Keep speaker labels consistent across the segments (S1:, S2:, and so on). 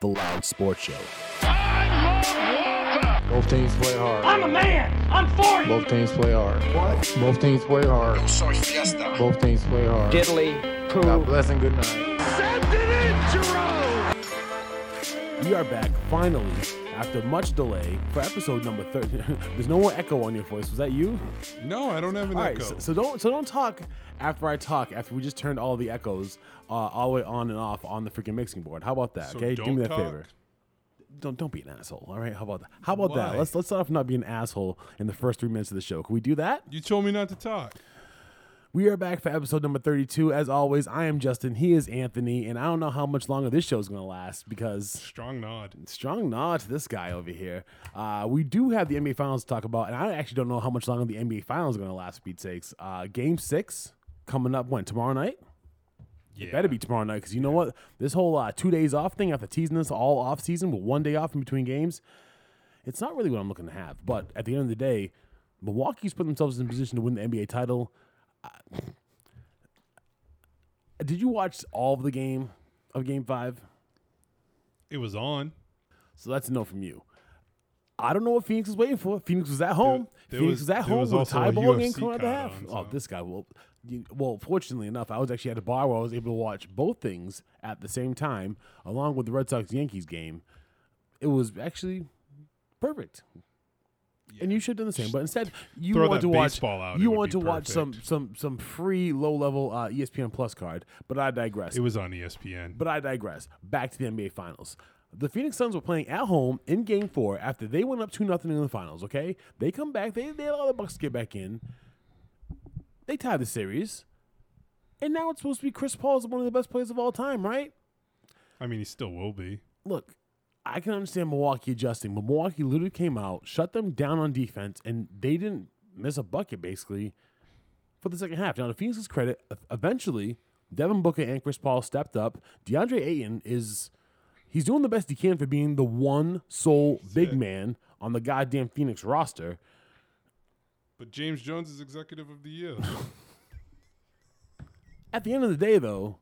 S1: The Loud Sports Show.
S2: Both teams play hard.
S3: I'm a man. I'm 40.
S2: Both teams play hard. What? Both teams play hard.
S4: soy fiesta.
S2: Both teams play hard.
S5: diddly
S2: God
S5: poo.
S2: bless and good night.
S6: We are back finally after much delay for episode number 30. There's no more echo on your voice. Was that you?
S7: No, I don't have an
S6: All right,
S7: echo.
S6: so, so don't so don't talk after I talk. After we just turned all the echoes uh, all the way on and off on the freaking mixing board. How about that?
S7: So
S6: okay, do
S7: don't
S6: me that
S7: talk.
S6: favor. Don't don't be an asshole. All right, how about that? How about that?
S7: Why?
S6: Let's let's start off not being an asshole in the first three minutes of the show. Can we do that?
S7: you told me not to talk.
S6: We are back for episode number 32. As always, I am Justin. He is Anthony, and I don't know how much longer this show is going to last because
S7: Strong nod.
S6: strong nod to this guy over here. Uh, we do have the NBA Finals to talk about, and I actually don't know how much longer the NBA Finals are going to last. Speed takes uh, Game Six coming up when tomorrow night.
S7: Yeah.
S6: Better be tomorrow night because you know what? This whole uh, two days off thing after teasing us all off season with one day off in between games, it's not really what I'm looking to have. But at the end of the day, Milwaukee's put themselves in position to win the NBA title. Uh, did you watch all of the game of Game Five?
S7: It was on.
S6: So that's a no from you. I don't know what Phoenix was waiting for. Phoenix was at home.
S7: there
S6: Phoenix
S7: was-
S6: was at
S7: there
S6: home
S7: was
S6: with a
S7: also
S6: tie
S7: a
S6: ball game
S7: UFC
S6: coming out the
S7: card
S6: half.
S7: on,
S6: Oh,
S7: so-
S6: this guy. Well, you, well, fortunately enough, I was actually at a bar where I was able to watch both things at the same time, along with the Red Sox Yankees game. It was actually perfect. And you should have done the same, but instead you
S7: throw
S6: want
S7: that
S6: to watch
S7: baseball out,
S6: you
S7: it would
S6: want to
S7: be
S6: watch some
S7: perfect.
S6: some some free low level uh, ESPN Plus card. But I digress.
S7: It was on E ESPN.
S6: But I digress. Back to the NBA Finals. The Phoenix Suns were playing at home in Game Four after they went up two nothing in the finals. Okay, they come back. They they allow the Bucks to get back in. They tie the series, and now it's supposed to be Chris Paul's one of the best players of all time, right?
S7: I mean, he still will be.
S6: Look, I can understand Milwaukee adjusting, but Milwaukee literally came out, shut them down on defense, and they didn't miss a bucket basically for the second half. Now, to Phoenix's credit, e- eventually Devin Booker and Chris Paul stepped up. DeAndre Ayton is he's doing the best he can for being the one sole big man on the goddamn Phoenix roster.
S7: But James Jones is executive of the year.
S6: At the end of the day, though,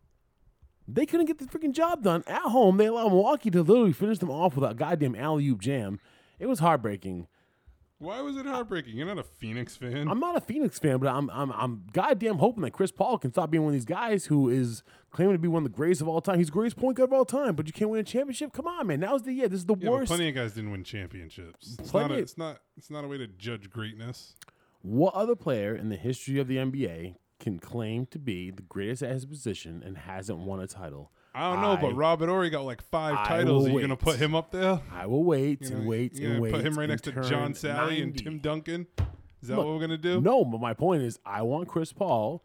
S6: they couldn't get the freaking job done at home. They allowed Milwaukee to literally finish them off with a goddamn alley oop jam. It was heartbreaking.
S7: Why was it heartbreaking? You're not a Phoenix fan.
S6: I'm not a Phoenix fan, but I'm I'm I'm goddamn hoping that Chris Paul can stop being one of these guys who is claiming to be one of the greatest of all time. He's the greatest point guard of all time, but you can't win a championship. Come on, man. Now's the year. This is the
S7: yeah, but
S6: worst.
S7: plenty of guys didn't win championships. It's not,
S6: Plenty
S7: a,
S6: of-
S7: it's not. It's not a way to judge greatness.
S6: What other player in the history of the NBA can claim to be the greatest at his position and hasn't won a title?
S7: I don't know, but Robert Ori got like five
S6: I
S7: titles.
S6: will
S7: Are you gonna
S6: wait.
S7: put him up there?
S6: I will wait
S7: You know,
S6: and wait
S7: you
S6: and
S7: gonna
S6: wait.
S7: Put him right
S6: and
S7: next to
S6: turn
S7: John Sally
S6: 90.
S7: and Tim Duncan. Is that
S6: Look,
S7: what we're gonna do?
S6: No, but my point is, I want Chris Paul.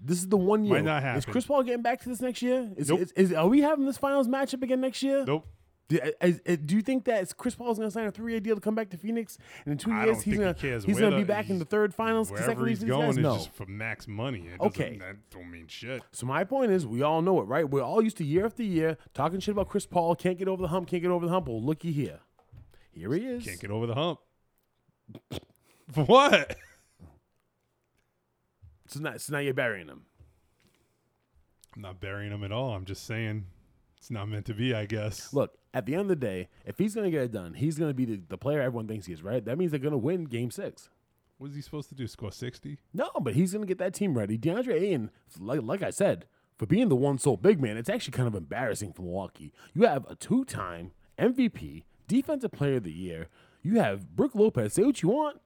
S6: This is the one year.
S7: Might not happen.
S6: Is Chris Paul getting back to this next year? Is,
S7: Nope.
S6: is, is are we having this finals matchup again next year?
S7: Nope.
S6: Do, uh, is- is- do you think that it's- Chris Paul is going to sign a three-year deal to come back to Phoenix, and in two
S7: I
S6: years
S7: don't
S6: he's
S7: think he
S6: going
S7: cares
S6: he's
S7: where
S6: going to be
S7: the-
S6: back in the third finals?
S7: Wherever
S6: consecutively
S7: he's
S6: for these guys?
S7: going is
S6: no.
S7: just for max money. It doesn't-
S6: Okay.
S7: That don't mean shit.
S6: So my point is, we all know it, right? We're all used to year after year talking shit about Chris Paul. Can't get over the hump. Can't get over the hump. Well, looky here, here he is.
S7: Can't get over the hump. For what?
S6: so, now, so now you're burying him.
S7: I'm not burying him at all. I'm just saying it's not meant to be, I guess.
S6: Look, at the end of the day, if he's going to get it done, he's going to be the, the player everyone thinks he is, right? That means they're going to win Game Six.
S7: What is he supposed to do? Score 60?
S6: No, but he's going to get that team ready. DeAndre Ayton, like, like I said, for being the one sole big man, it's actually kind of embarrassing for Milwaukee. You have a two time MVP, Defensive Player of the Year. You have Brooke Lopez. Say what you want.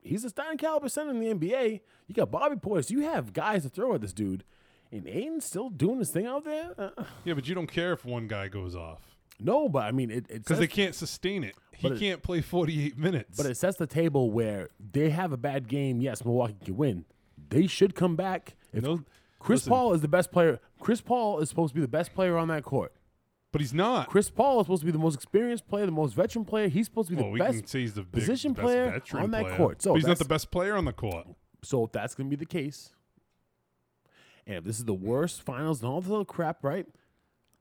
S6: He's a starting caliber center in the NBA. You got Bobby Portis. You have guys to throw at this dude. And Ayton's still doing his thing out there? Uh,
S7: Yeah, but you don't care if one guy goes off
S6: no, but I mean, it, it
S7: because
S6: says
S7: they can't sustain it. He
S6: But it-
S7: can't play 48 minutes.
S6: But it sets the table where they have a bad game. Yes, Milwaukee can win. They should come back. If
S7: No,
S6: Chris
S7: listen.
S6: Paul is the best player, Chris Paul is supposed to be the best player on that court.
S7: but he's not.
S6: Chris Paul is supposed to be the most experienced player, the most veteran player. He's supposed to be
S7: well,
S6: the
S7: we
S6: best
S7: can say he's the big,
S6: position
S7: best
S6: player
S7: veteran
S6: on that
S7: player,
S6: court. So
S7: but he's not the
S6: that's-
S7: best player on the court.
S6: So if that's going to be the case, and if this is the worst finals and all this other crap, right?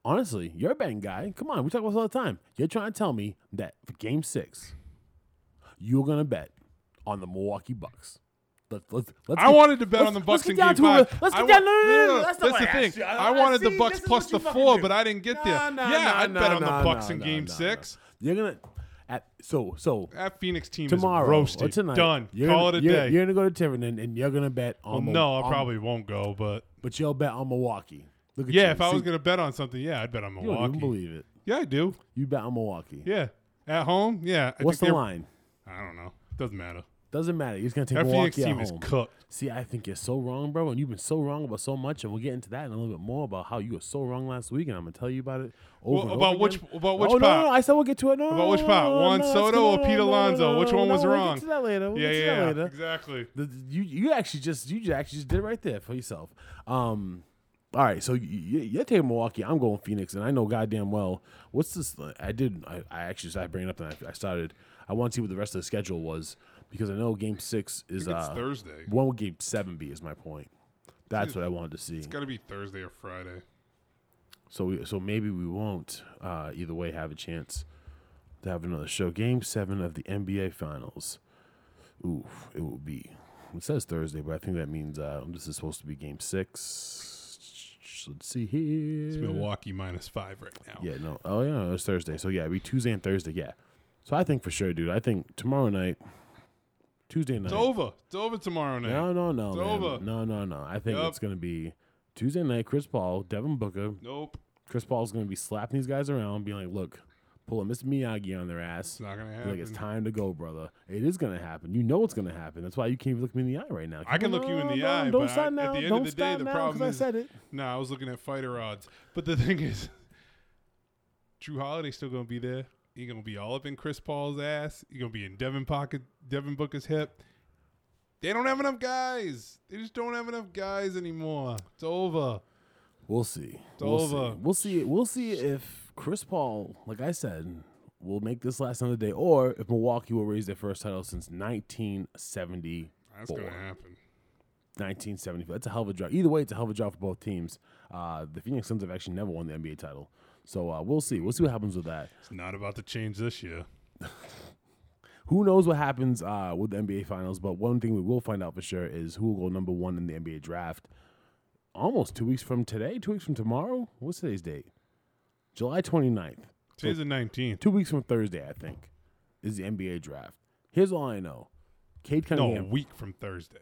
S6: Honestly, you're a betting guy. Come on, we talk about this all the time. You're trying to tell me that for game six, you're going to bet on the Milwaukee Bucks, let's let's let's.
S7: I
S6: get-
S7: wanted to bet
S6: let's-
S7: on the
S6: let's
S7: Bucks
S6: get
S7: in
S6: down
S7: game
S6: to it.
S7: five.
S6: Let's
S7: I
S6: get
S7: wa-
S6: down. No, no, no, no, that's not
S7: that's
S6: what
S7: the
S6: I
S7: thing.
S6: asked you.
S7: I wanted the
S6: see,
S7: Bucks
S6: this is
S7: plus
S6: what
S7: the
S6: you fucking
S7: four,
S6: do.
S7: but I didn't get
S6: No,
S7: there.
S6: no,
S7: yeah,
S6: no,
S7: I'd bet
S6: no,
S7: on
S6: no,
S7: the Bucks
S6: no,
S7: in
S6: no,
S7: Game
S6: no, no.
S7: Six.
S6: You're gonna at so so
S7: That Phoenix team
S6: tomorrow
S7: is roasted.
S6: or tonight.
S7: Done.
S6: You're
S7: Call
S6: gonna,
S7: it a
S6: you're,
S7: day.
S6: You're gonna go to Tiverton and you're gonna bet on.
S7: well,
S6: Mil-
S7: no, I
S6: on-
S7: probably won't go, but
S6: But you'll bet on Milwaukee. Look at you.
S7: yeah, if I
S6: See,
S7: was gonna bet on something, yeah, I'd bet on
S6: you don't even
S7: Milwaukee.
S6: believe it.
S7: Yeah, I do.
S6: You bet on Milwaukee.
S7: Yeah, at home. Yeah, I
S6: What's
S7: think
S6: the
S7: they're-
S6: line?
S7: I don't know. Doesn't matter.
S6: Doesn't matter. He's gonna take
S7: That Phoenix
S6: Milwaukee
S7: team
S6: at
S7: is
S6: home.
S7: cooked.
S6: See, I think you're so wrong, bro, and you've been so wrong about so much, and we'll get into that in a little bit more about how you were so wrong last week, and I'm gonna tell you about it. Over
S7: Well,
S6: and
S7: about
S6: over
S7: which-
S6: again.
S7: about which
S6: Oh no, no,
S7: part?
S6: no, I said we'll get to it. No,
S7: About which
S6: no,
S7: part?
S6: no,
S7: Juan
S6: no,
S7: Soto
S6: no,
S7: or
S6: no,
S7: Pete
S6: no, no,
S7: Alonso?
S6: no,
S7: Which
S6: no,
S7: one was
S6: no, We'll
S7: wrong?
S6: get to that later. We'll
S7: yeah,
S6: get to
S7: yeah,
S6: that
S7: yeah,
S6: later.
S7: exactly.
S6: The- the- you you actually just you ju- actually just did it right there for yourself. Um, all right, so you, you- you're taking Milwaukee. I'm going Phoenix, and I know goddamn well what's this. I did. I, I actually started bringing it up, and I, I started. I want to see what the rest of the schedule was because I know Game Six is
S7: It's
S6: uh,
S7: Thursday.
S6: when would Game Seven be? Is my point. That's what I wanted to see.
S7: It's got to be Thursday or Friday.
S6: So we, so maybe we won't. Uh, either way, have a chance to have another show. Game seven of the NBA Finals. Oof, it will be. It says Thursday, but I think that means uh, this is supposed to be Game six. Let's see here.
S7: It's Milwaukee minus five right now.
S6: Yeah, no. Oh yeah, it's Thursday. So yeah, it'd be Tuesday and Thursday. Yeah. So I think for sure, dude. I think tomorrow night, Tuesday night.
S7: It's over. It's over tomorrow night.
S6: No, no, no,
S7: It's
S6: man.
S7: over.
S6: No, no, no. I think
S7: Yup.
S6: it's gonna be Tuesday night. Chris Paul, Devin Booker,
S7: Nope.
S6: Chris Paul's going to be slapping these guys around, being like, "Look, pulling Miss Miyagi on their ass.
S7: It's not gonna happen.
S6: Like it's time to go, brother. It is going to happen. You know it's going to happen. That's why you can't even look me in the eye right now.
S7: I can look you in the eye,
S6: Don't
S7: but I-
S6: stop
S7: at
S6: now.
S7: the end of
S6: don't
S7: the day,
S6: stop
S7: the
S6: now, 'cause
S7: problem
S6: I
S7: is-
S6: said it.
S7: No, I was looking at fighter odds. But the thing is, Drew Holiday's still gonna be there. You're gonna be all up in Chris Paul's ass. You're gonna be in Devin pocket, Devin Booker's hip. They don't have enough guys. They just don't have enough guys anymore. It's over.
S6: We'll see. we'll
S7: over.
S6: see. We'll see. We'll see if Chris Paul, like I said, will make this last another day, or if Milwaukee will raise their first title since 1970.
S7: That's
S6: Four.
S7: gonna happen.
S6: 1974. That's a hell of a draw. Either way, it's a hell of a draw for both teams. Uh, the Phoenix Suns have actually never won the NBA title, so uh, we'll see. We'll see what happens with that.
S7: It's not about to change this year.
S6: Who knows what happens uh, with the NBA Finals? But one thing we will find out for sure is who will go number one in the NBA draft. Almost two weeks from today, two weeks from tomorrow. What's today's date? July 29th.
S7: Today's the 19th.
S6: Two weeks from Thursday, I think, is the NBA draft. Here's all I know: Cade
S7: No, a
S6: Cunningham.
S7: week from Thursday.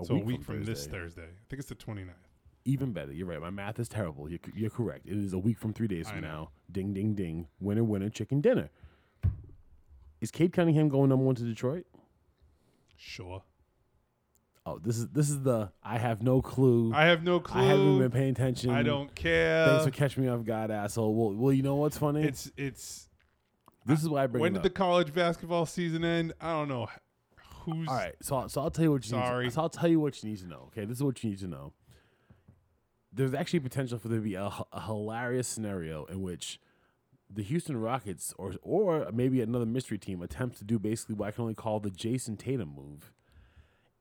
S6: a
S7: so a week from, this Thursday. I think it's the 29th.
S6: even better. You're right. My math is terrible. You're, you're correct. It is a week from three days
S7: I
S6: from
S7: know.
S6: now. Ding, ding, ding. Winner, winner, chicken dinner. Is Cade Cunningham going number one to Detroit?
S7: Sure.
S6: Oh, this is this is the I have no clue.
S7: I have no clue.
S6: I haven't been paying attention.
S7: I don't care.
S6: Thanks for catching me off guard, asshole. Well, well, you know what's funny?
S7: it's it's
S6: this is why I bring
S7: when
S6: it
S7: did
S6: up.
S7: the college basketball season end? I don't know who's
S6: All right, so so I'll tell you what you
S7: Sorry.
S6: Need to, so I'll tell you what you need to know. Okay, this is what you need to know. There's actually potential for there to be a, h- a hilarious scenario in which the Houston Rockets or or maybe another mystery team attempts to do basically what I can only call the Jason Tatum move,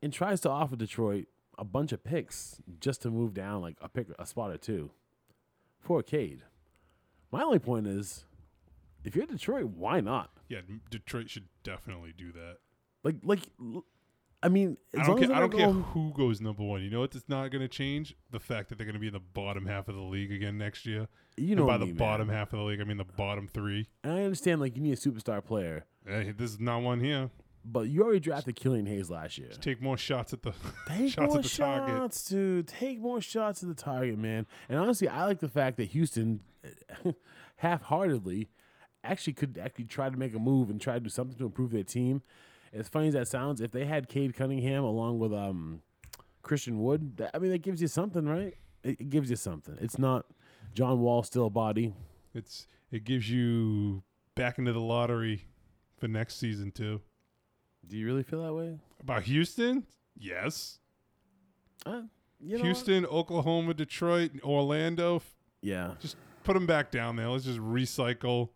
S6: and tries to offer Detroit a bunch of picks just to move down like a pick a spot or two for Cade. My only point is, if you're Detroit, why not?
S7: Yeah, M- Detroit should definitely do that.
S6: Like like. l- I mean, as
S7: I
S6: long
S7: don't
S6: as
S7: care.
S6: they're
S7: I don't
S6: not
S7: care
S6: going-
S7: who goes number one. You know what? It's not going to change the fact that they're going to be in the bottom half of the league again next year.
S6: You
S7: And
S6: know,
S7: by
S6: me,
S7: the
S6: man.
S7: bottom half of the league, I mean the bottom three.
S6: And I understand, like, you need a superstar player,
S7: Hey, this is not one here.
S6: but you already drafted Killian Hayes last year.
S7: Take more shots at the
S6: Take
S7: shots
S6: more
S7: at the target.
S6: shots, dude. Take more shots at the target, man. And honestly, I like the fact that Houston, half-heartedly, actually could actually try to make a move and try to do something to improve their team. As funny as that sounds, if they had Cade Cunningham along with um, Christian Wood, that, I mean, that gives you something, right? It, it gives you something. It's not John Wall still a body.
S7: It's it gives you back into the lottery for next season too.
S6: Do you really feel that way?
S7: About Houston? Yes.
S6: Uh, you know what?
S7: Houston, Oklahoma, Detroit, Orlando. F-
S6: Yeah.
S7: Put them back down there. Let's just recycle.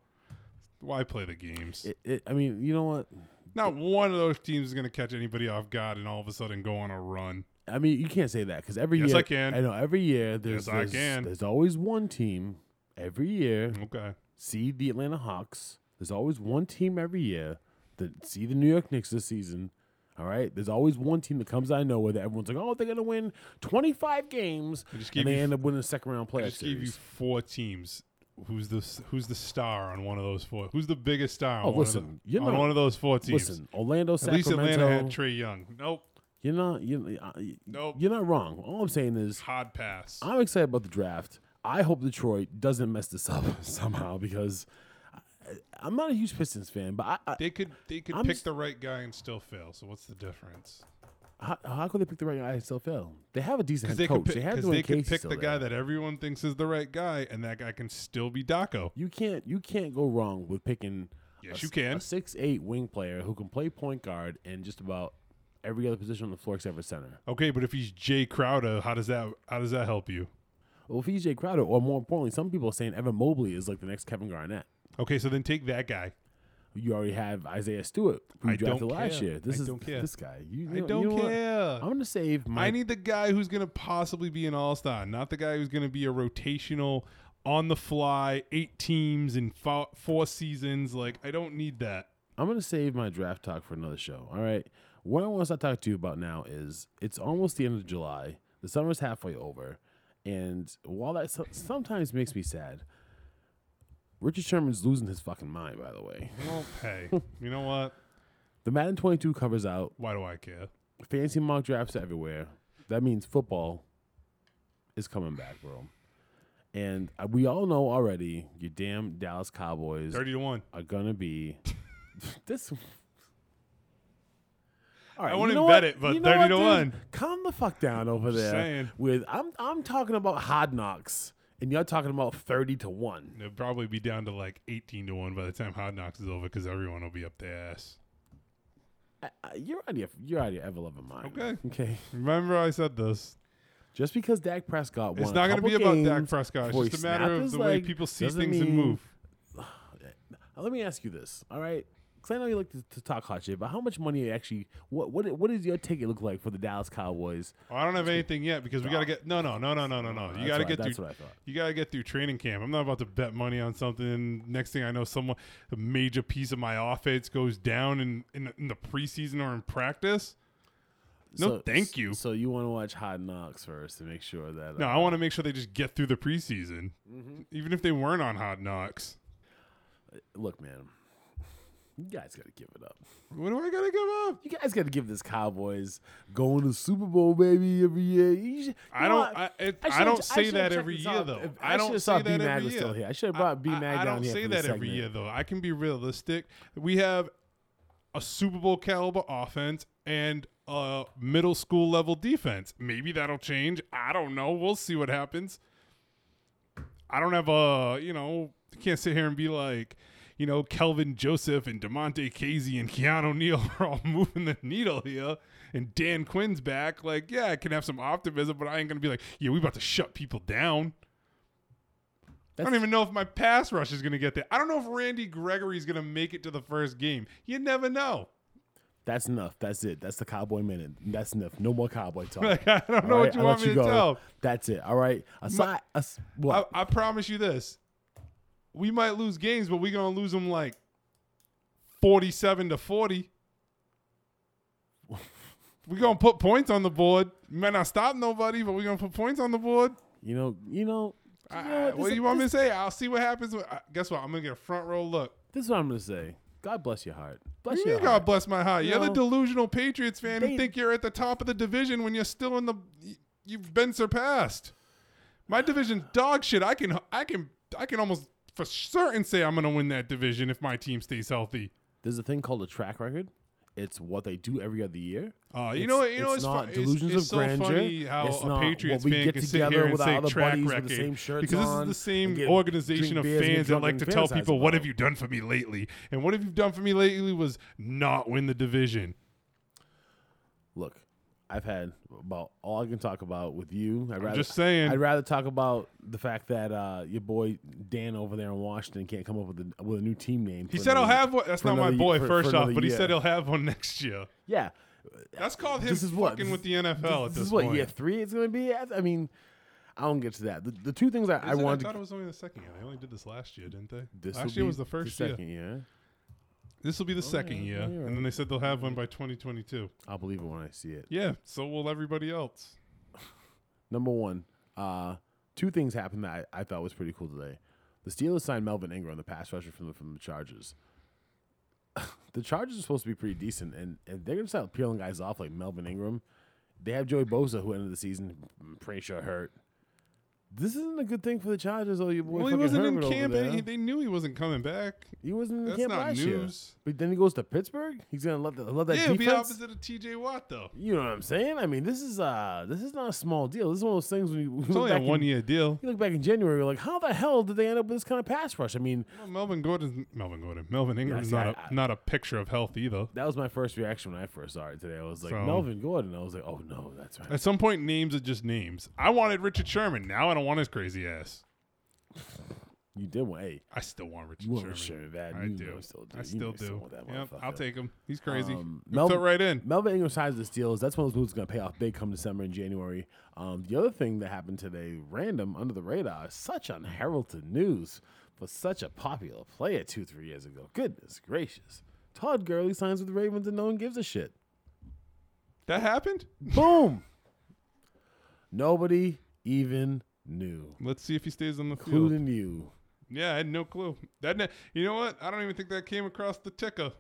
S7: Why play the games?
S6: It, it, I mean, you know what?
S7: Not one of those teams is going to catch anybody off guard and all of a sudden go on a run.
S6: I mean, you can't say that because every
S7: Yes,
S6: year
S7: I can.
S6: know every year there's
S7: Yes, I
S6: there's,
S7: can.
S6: there's always one team every year.
S7: Okay.
S6: See the Atlanta Hawks. There's always one team every year that see the New York Knicks this season. I All right. There's always one team that comes out of nowhere that everyone's like, oh, they're gonna win 25 games,
S7: They just
S6: and
S7: give
S6: they
S7: you-
S6: end up winning the second round
S7: I
S6: playoff
S7: just gave you
S6: series.
S7: four teams. Who's the who's the star on one of those four? Who's the biggest star
S6: Oh,
S7: on, one, of
S6: listen,
S7: the,
S6: you're
S7: on
S6: not-
S7: one of those four teams?
S6: Listen, Orlando,
S7: At least
S6: Sacramento.
S7: Atlanta had Trey Young. Nope,
S6: You're not. You, uh,
S7: Nope.
S6: You're not wrong. All I'm saying is,
S7: hard pass.
S6: I'm excited about the draft. I hope Detroit doesn't mess this up somehow because I, I'm not a huge Pistons fan, but I, I,
S7: they could they could
S6: I'm
S7: pick
S6: s-
S7: the right guy and still fail. So what's the difference?
S6: how, how could they pick the right guy and still fail? They have a decent
S7: Because
S6: head
S7: they
S6: coach. they
S7: could pick,
S6: have
S7: 'cause
S6: Dwayne
S7: they could
S6: Casey
S7: pick
S6: still
S7: the
S6: there.
S7: guy that everyone thinks is the right guy, and that guy can still be Daco.
S6: You can't you can't go wrong with picking. a,
S7: Yes, you can.
S6: six eight wing player who can play point guard and just about every other position on the floor except for center.
S7: Okay, but if he's Jay Crowder, how does that how does that help you?
S6: Well, if he's Jay Crowder, or more importantly, some people are saying Evan Mobley is like the next Kevin Garnett.
S7: Okay, so then take that guy.
S6: You already have Isaiah Stewart, who
S7: I
S6: you drafted
S7: don't
S6: last
S7: care.
S6: year. This
S7: I
S6: is
S7: don't care.
S6: this guy. You,
S7: I
S6: you- you
S7: don't
S6: know what?
S7: care.
S6: I'm gonna save my.
S7: I need the guy who's going to possibly be an all star, not the guy who's going to be a rotational, on the fly, eight teams in four, four seasons. Like, I don't need that.
S6: I'm gonna save my draft talk for another show. All right. What I want to talk to you about now is it's almost the end of July. The summer's halfway over, and while that so- sometimes makes me sad, Richard Sherman's losing his fucking mind. By the way,
S7: Well, hey, you know what?
S6: the Madden 22 covers out.
S7: Why do I care?
S6: Fancy mock drafts are everywhere. That means football is coming back, bro. And uh, we all know already your damn Dallas Cowboys
S7: 30 to 1.
S6: are gonna be this. All
S7: I wouldn't
S6: know what?
S7: bet it, but
S6: You know
S7: 30
S6: what,
S7: to
S6: dude?
S7: 1.
S6: Calm the fuck down over there.
S7: saying.
S6: With I'm I'm talking about hard knocks, and you're talking about thirty to one.
S7: It'll probably be down to like 18 to 1 by the time Hard Knocks is over because everyone will be up their ass.
S6: I, I, you're out of your, you're out of your ever loving mind.
S7: Okay.
S6: okay.
S7: Remember, I said this.
S6: Just because Dak Prescott won,
S7: It's
S6: a
S7: not going to
S6: couple
S7: be about Dak
S6: games
S7: Prescott.
S6: before
S7: It's
S6: he
S7: just a matter
S6: snapped
S7: of
S6: his
S7: the way
S6: leg
S7: people see
S6: doesn't
S7: things and
S6: mean-
S7: move.
S6: Uh, Let me ask you this, all right? Because I know you like to, to talk hot shit, but how much money actually? What what what does your ticket look like for the Dallas Cowboys?
S7: Oh, I don't have anything yet because we got to get. No, no, no, no, no, no, no. You
S6: That's
S7: got to
S6: what I-
S7: get
S6: that's
S7: through.
S6: what I thought.
S7: You gotta get through training camp. I'm not about to bet money on something. Next thing I know, someone a major piece of my offense goes down in in, in the preseason or in practice. No,
S6: So-
S7: thank you.
S6: So you want to watch Hot Knocks first to make sure that
S7: No,
S6: uh,
S7: I want to make sure they just get through the preseason,
S6: Mm-hmm.
S7: even if they weren't on Hot Knocks.
S6: look, man, you guys got to give it up.
S7: What do I gotta give up?
S6: You guys got to give this Cowboys going to Super Bowl baby every year. You sh- you
S7: I
S6: know
S7: don't.
S6: what?
S7: I, it,
S6: I
S7: I,
S6: should've- I
S7: don't say
S6: should've
S7: that
S6: checked
S7: every
S6: this
S7: year,
S6: out.
S7: though.
S6: If-
S7: I don't
S6: should've
S7: say
S6: saw
S7: that
S6: B-Mag
S7: every
S6: was
S7: year.
S6: still here. I should have brought B Mag
S7: I,
S6: down
S7: I don't
S6: here
S7: say
S6: for
S7: that
S6: this
S7: every
S6: segment.
S7: year, though. I can be realistic. We have a Super Bowl caliber offense and a middle school level defense. Maybe that'll change. I don't know. We'll see what happens. I don't have a, you know, I can't sit here and be like, you know, Kelvin Joseph and DeMonte Casey and Keanu Neal are all moving the needle here. And Dan Quinn's back. Like, yeah, I can have some optimism, but I ain't going to be like, yeah, we about to shut people down. I don't
S6: That's-
S7: even know if my pass rush is going to get there. I don't know if Randy Gregory is going to make it to the first game. You never know.
S6: That's enough. That's it. That's the cowboy minute. That's enough. No more cowboy talk.
S7: Like, I don't know
S6: All
S7: what you
S6: I'll
S7: want
S6: let
S7: me to tell.
S6: That's it. All right. Aside, as,
S7: I,
S6: what?
S7: I promise you this: we might lose games, but we're going to lose them like forty-seven to forty. We're going to put points on the board. We might not stop nobody, but we're going to put points on the board.
S6: you know, you know. You know
S7: I-
S6: what?
S7: what
S6: This-
S7: do you want me
S6: this,
S7: to say? I'll see what happens. With, I- guess what? I'm going to get a front row look.
S6: This is what I'm gonna say. God bless your heart. Bless
S7: You
S6: your
S7: God
S6: heart.
S7: bless my heart. You're the
S6: No.
S7: delusional Patriots fan
S6: They-
S7: who think you're at the top of the division when you're still in the. You've been surpassed. My division's dog shit. I can I can I can almost for certain say I'm gonna win that division if my team stays healthy.
S6: There's a thing called a track record. It's what they do every other year.
S7: Uh, you
S6: It's-
S7: know what? You know
S6: it's
S7: fu-
S6: not delusions
S7: it's
S6: of
S7: so
S6: grandeur.
S7: funny how
S6: It's
S7: a
S6: not
S7: Patriots
S6: what we
S7: fan
S6: get
S7: can sit
S6: together
S7: here and
S6: with our
S7: say
S6: other
S7: track
S6: buddies with the
S7: record
S6: same shirts
S7: because this
S6: on
S7: is the
S6: and
S7: same
S6: get-
S7: organization
S6: drink
S7: of
S6: beers and get
S7: fans that
S6: drunk
S7: like
S6: and
S7: to tell
S6: fantasize
S7: people,
S6: about
S7: "What have
S6: it."
S7: you done for me lately?" And what have you done for me lately was not win the division.
S6: Look, I've had about all I can talk about with you. I'd rather,
S7: just saying.
S6: I'd rather talk about the fact that uh, your boy Dan over there in Washington can't come up with a, with a new team name.
S7: He said he'll have one. That's not my boy, first off, but he said
S6: he'll.
S7: he'll have one next year.
S6: Yeah.
S7: That's called him
S6: This is what-
S7: fucking
S6: this
S7: with
S6: is-
S7: the NFL at this,
S6: This is what E
S7: point.
S6: year three it's going to be. I I mean, I don't get to that. The, the two things I, I wanted
S7: thought
S6: to.
S7: it was only the second year. They only did this last year, didn't they?
S6: This
S7: last
S6: will
S7: year
S6: be
S7: was the
S6: the Oh,
S7: first year.
S6: second year.
S7: This will be the second year,
S6: you're
S7: and then they said they'll have one by 2022.
S6: I'll believe it when I see it.
S7: Yeah, so will everybody else.
S6: Number one, uh, two things happened that I, I thought was pretty cool today. The Steelers signed Melvin Ingram, the pass rusher from the from the Chargers. the Chargers are supposed to be pretty decent, and, and they're gonna start peeling guys off like Melvin Ingram. They have Joey Bosa, who ended the season I'm pretty sure hurt. This isn't a good thing for the Chargers, though. Your boy
S7: well, he
S6: fucking
S7: wasn't in
S6: Herbert over
S7: camp.
S6: there.
S7: Any, they knew he wasn't coming back.
S6: He wasn't in
S7: That's
S6: camp
S7: not
S6: last year.
S7: news.
S6: But then he goes to Pittsburgh. He's gonna let the, let that
S7: yeah, it'll be
S6: defense.
S7: opposite of T.J. Watt though.
S6: You know what I'm saying? I mean, this is uh, this is not a small deal. This is one of those things when you
S7: It's only a one year deal.
S6: You look back in January, you're like, how the hell did they end up with this kind of pass rush? I mean,
S7: Well, Melvin Gordon, Melvin Gordon, Melvin Ingram's
S6: see,
S7: not
S6: I-
S7: a, not a picture of health either.
S6: that was my first reaction when I first saw it today. I was like,
S7: So-
S6: Melvin Gordon. I was like, oh no, that's right.
S7: At some point, names are just names. I wanted Richard Sherman. Now I don't want his crazy ass.
S6: You did one. Hey,
S7: I still want Richard
S6: you
S7: Sherman.
S6: want sure that?
S7: I
S6: you
S7: do.
S6: know you Still do.
S7: I
S6: You
S7: still
S6: know you
S7: do.
S6: want that
S7: Yep, I'll
S6: motherfucker.
S7: take him. He's crazy.
S6: Um,
S7: He
S6: Melvin-
S7: fit right in.
S6: Melvin Ingram signs the Steelers. That's one of those moves going to pay off big come December and January. Um, the other thing that happened today, random under the radar, such unheralded news for such a popular player two, three years ago. Goodness gracious. Todd Gurley signs with the Ravens and no one gives a shit.
S7: That happened.
S6: Boom. Nobody even knew,
S7: Let's see if he stays on the field.
S6: including you.
S7: Yeah, I had no clue. That ne- you know what? I don't even think that came across the ticker.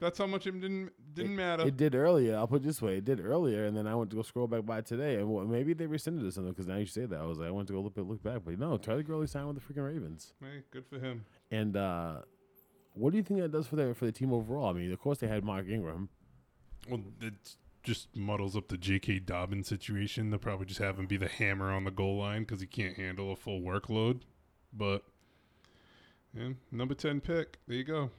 S7: That's how much it didn't didn't matter.
S6: It did earlier. I'll put it this way: it did earlier, and then I went to go scroll back by today, and well, maybe they rescinded it or something. Because now you say that, I was like, I went to go look look back, but no, Charlie Gurley signed with the freaking Ravens.
S7: Hey, good for him.
S6: And uh, what do you think that does for their for the team overall? I mean, of course they had Mark Ingram.
S7: Well, it just muddles up the J.K. Dobbins situation. They'll probably just have him be the hammer on the goal line because he can't handle a full workload. But yeah, number ten pick. There you go.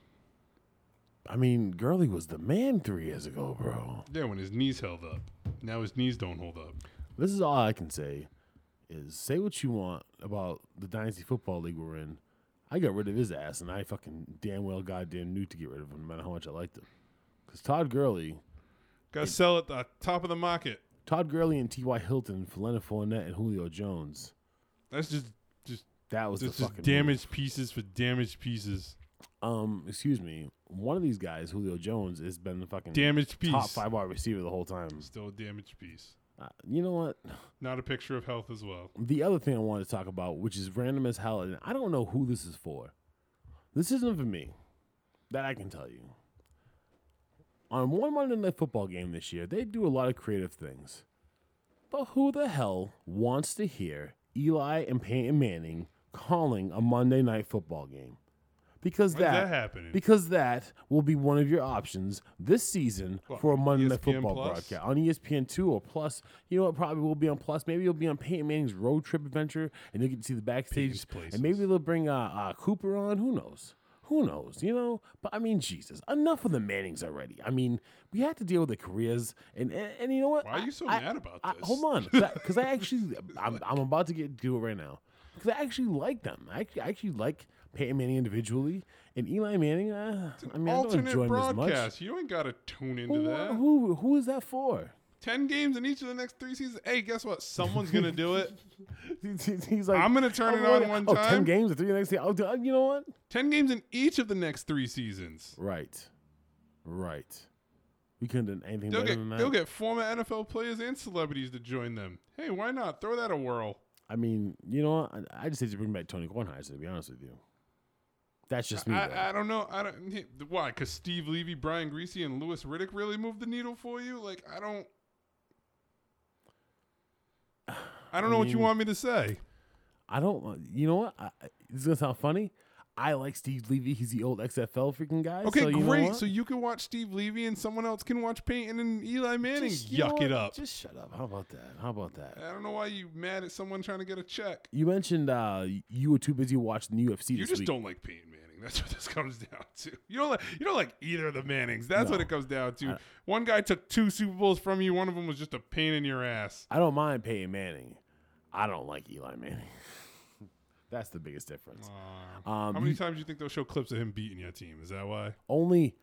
S6: I mean, Gurley was the man three years ago, bro.
S7: Yeah, when his knees held up. Now his knees don't hold up.
S6: This is all I can say is say what you want about the Dynasty Football League we're in. I got rid of his ass, and I fucking damn well goddamn knew to get rid of him, no matter how much I liked him. Because Todd Gurley,
S7: Got to sell at the top of the market.
S6: Todd Gurley and T.Y. Hilton for Leonard Fournette and Julio Jones,
S7: That's just just
S6: that was
S7: that's
S6: the
S7: just
S6: fucking move.
S7: damaged pieces for damaged pieces.
S6: Um, excuse me. One of these guys, Julio Jones, has been the fucking
S7: Damaged piece.
S6: top five wide receiver the whole time.
S7: Still a damaged piece.
S6: Uh, you know what?
S7: Not a picture of health as well.
S6: the other thing I wanted to talk about, which is random as hell, and I don't know who this is for. This isn't for me. That I can tell you. On one Monday Night Football game this year, they do a lot of creative things. But who the hell wants to hear Eli and Peyton Manning calling a Monday Night Football game? Because
S7: When's that,
S6: that,
S7: happening?
S6: because that will be one of your options this season
S7: What, E
S6: for a Monday Night
S7: ESPN
S6: Football
S7: Plus?
S6: broadcast on E ESPN two or plus. You know what? Probably will be on plus. Maybe you'll be on Peyton Manning's road trip adventure, and you'll get to see the backstage.
S7: Biggest places.
S6: And maybe they'll bring uh, uh, Cooper on. Who knows? Who knows? You know. But I mean, Jesus, enough of the Mannings already. I mean, we had to deal with the careers, and and, and you know what?
S7: Why are you so
S6: I-
S7: mad about
S6: I-
S7: this?
S6: hold on, because I, actually, I'm, I'm about to get do it right now. Because I actually like them. I actually, I actually like Peyton Manning individually and Eli Manning. Uh, I mean, I don't
S7: Alternate
S6: enjoy him as much.
S7: broadcast. You ain't got to tune into
S6: Who,
S7: that.
S6: who who is that for?
S7: Ten games in each of the next three seasons. Hey, guess what? Someone's gonna do it.
S6: He's- he's he's like,
S7: I'm gonna turn
S6: "Oh,
S7: it on
S6: really?
S7: one
S6: oh, ten
S7: time."
S6: games or three next year. Oh, do- you know what?
S7: Ten games in each of the next three seasons.
S6: Right, right. We couldn't do anything
S7: They'll
S6: better
S7: get
S6: than that.
S7: they'll get former NFL players and celebrities to join them. Hey, why not? Throw that a whirl.
S6: I mean, you know what? I, I just hate to bring back Tony Kornheiser. To be honest with you, that's just me. though.
S7: I, I don't know. I don't why because Steve Levy, Brian Greasy, and Lewis Riddick really moved the needle for you. Like I don't. I don't know what you
S6: mean-
S7: want me to say.
S6: I don't. want- You know what? I, I- this is gonna sound funny. I like Steve Levy. He's the old XFL freaking guy.
S7: Okay,
S6: so you know
S7: great.
S6: what?
S7: So you can watch Steve Levy and someone else can watch Peyton and Eli Manning
S6: Just- you know
S7: yuck
S6: what?
S7: it up.
S6: Just shut up. How about that? How about that?
S7: I don't know why you mad at someone trying to get a check.
S6: You mentioned uh, y- you were too busy watching the UFC.
S7: You
S6: this
S7: just
S6: week.
S7: don't like Peyton Manning. That's what this comes down to. You don't like you don't like either of the Mannings. That's what
S6: No. Uh,
S7: it comes down to. One guy took two Super Bowls from you. One of them was just a pain in your ass.
S6: I don't mind Peyton Manning. I don't like Eli Manning. That's the biggest difference.
S7: How
S6: Um,
S7: many
S6: you-
S7: times do you think they'll show clips of him beating your team? Is that why?
S6: only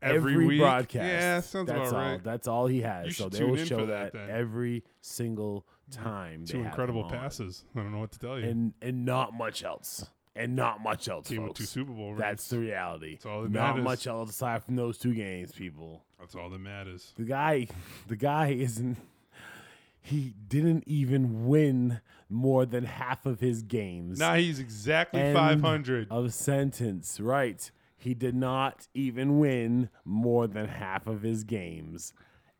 S6: every,
S7: Every week?
S6: broadcast.
S7: Yeah, sounds
S6: that's
S7: about
S6: all.
S7: right.
S6: That's all he has.
S7: You
S6: so
S7: should
S6: they
S7: tune
S6: will
S7: in
S6: show
S7: for that, then. Mm-hmm.
S6: every single time. they
S7: Two
S6: have him
S7: incredible
S6: on.
S7: passes. I don't know what to tell you.
S6: and and not much else. and not much else.
S7: Team with
S6: folks.
S7: two Super Bowl rings.
S6: That's the reality.
S7: That's all that
S6: not
S7: matters.
S6: much else aside from those two games, people.
S7: That's all that matters.
S6: The guy, the guy isn't. He didn't even win more than half of his games.
S7: Now he's exactly
S6: End
S7: 500.
S6: of sentence. Right. He did not even win more than half of his games.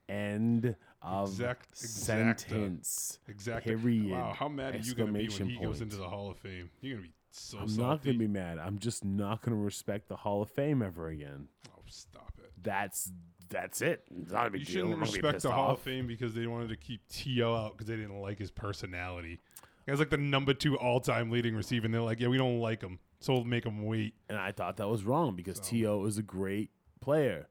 S6: End of
S7: Exact- exacta.
S6: sentence.
S7: Exactly.
S6: Period.
S7: Wow, how mad are you going to be when
S6: Exclamation
S7: he goes
S6: point.
S7: into the Hall of Fame? You're going to be so
S6: I'm
S7: salty.
S6: not gonna be mad. I'm just not gonna respect the Hall of Fame ever again.
S7: Oh, stop it.
S6: That's that's it. It's not a big
S7: You
S6: deal.
S7: shouldn't
S6: I'm not gonna be
S7: respect
S6: pissed
S7: the Hall
S6: off.
S7: of Fame because they wanted to keep T.O. out because they didn't like his personality. He was like the number two all time leading receiver, and they're like, yeah, we don't like him. So we'll make him wait.
S6: And I thought that was wrong because T.O. is a great player.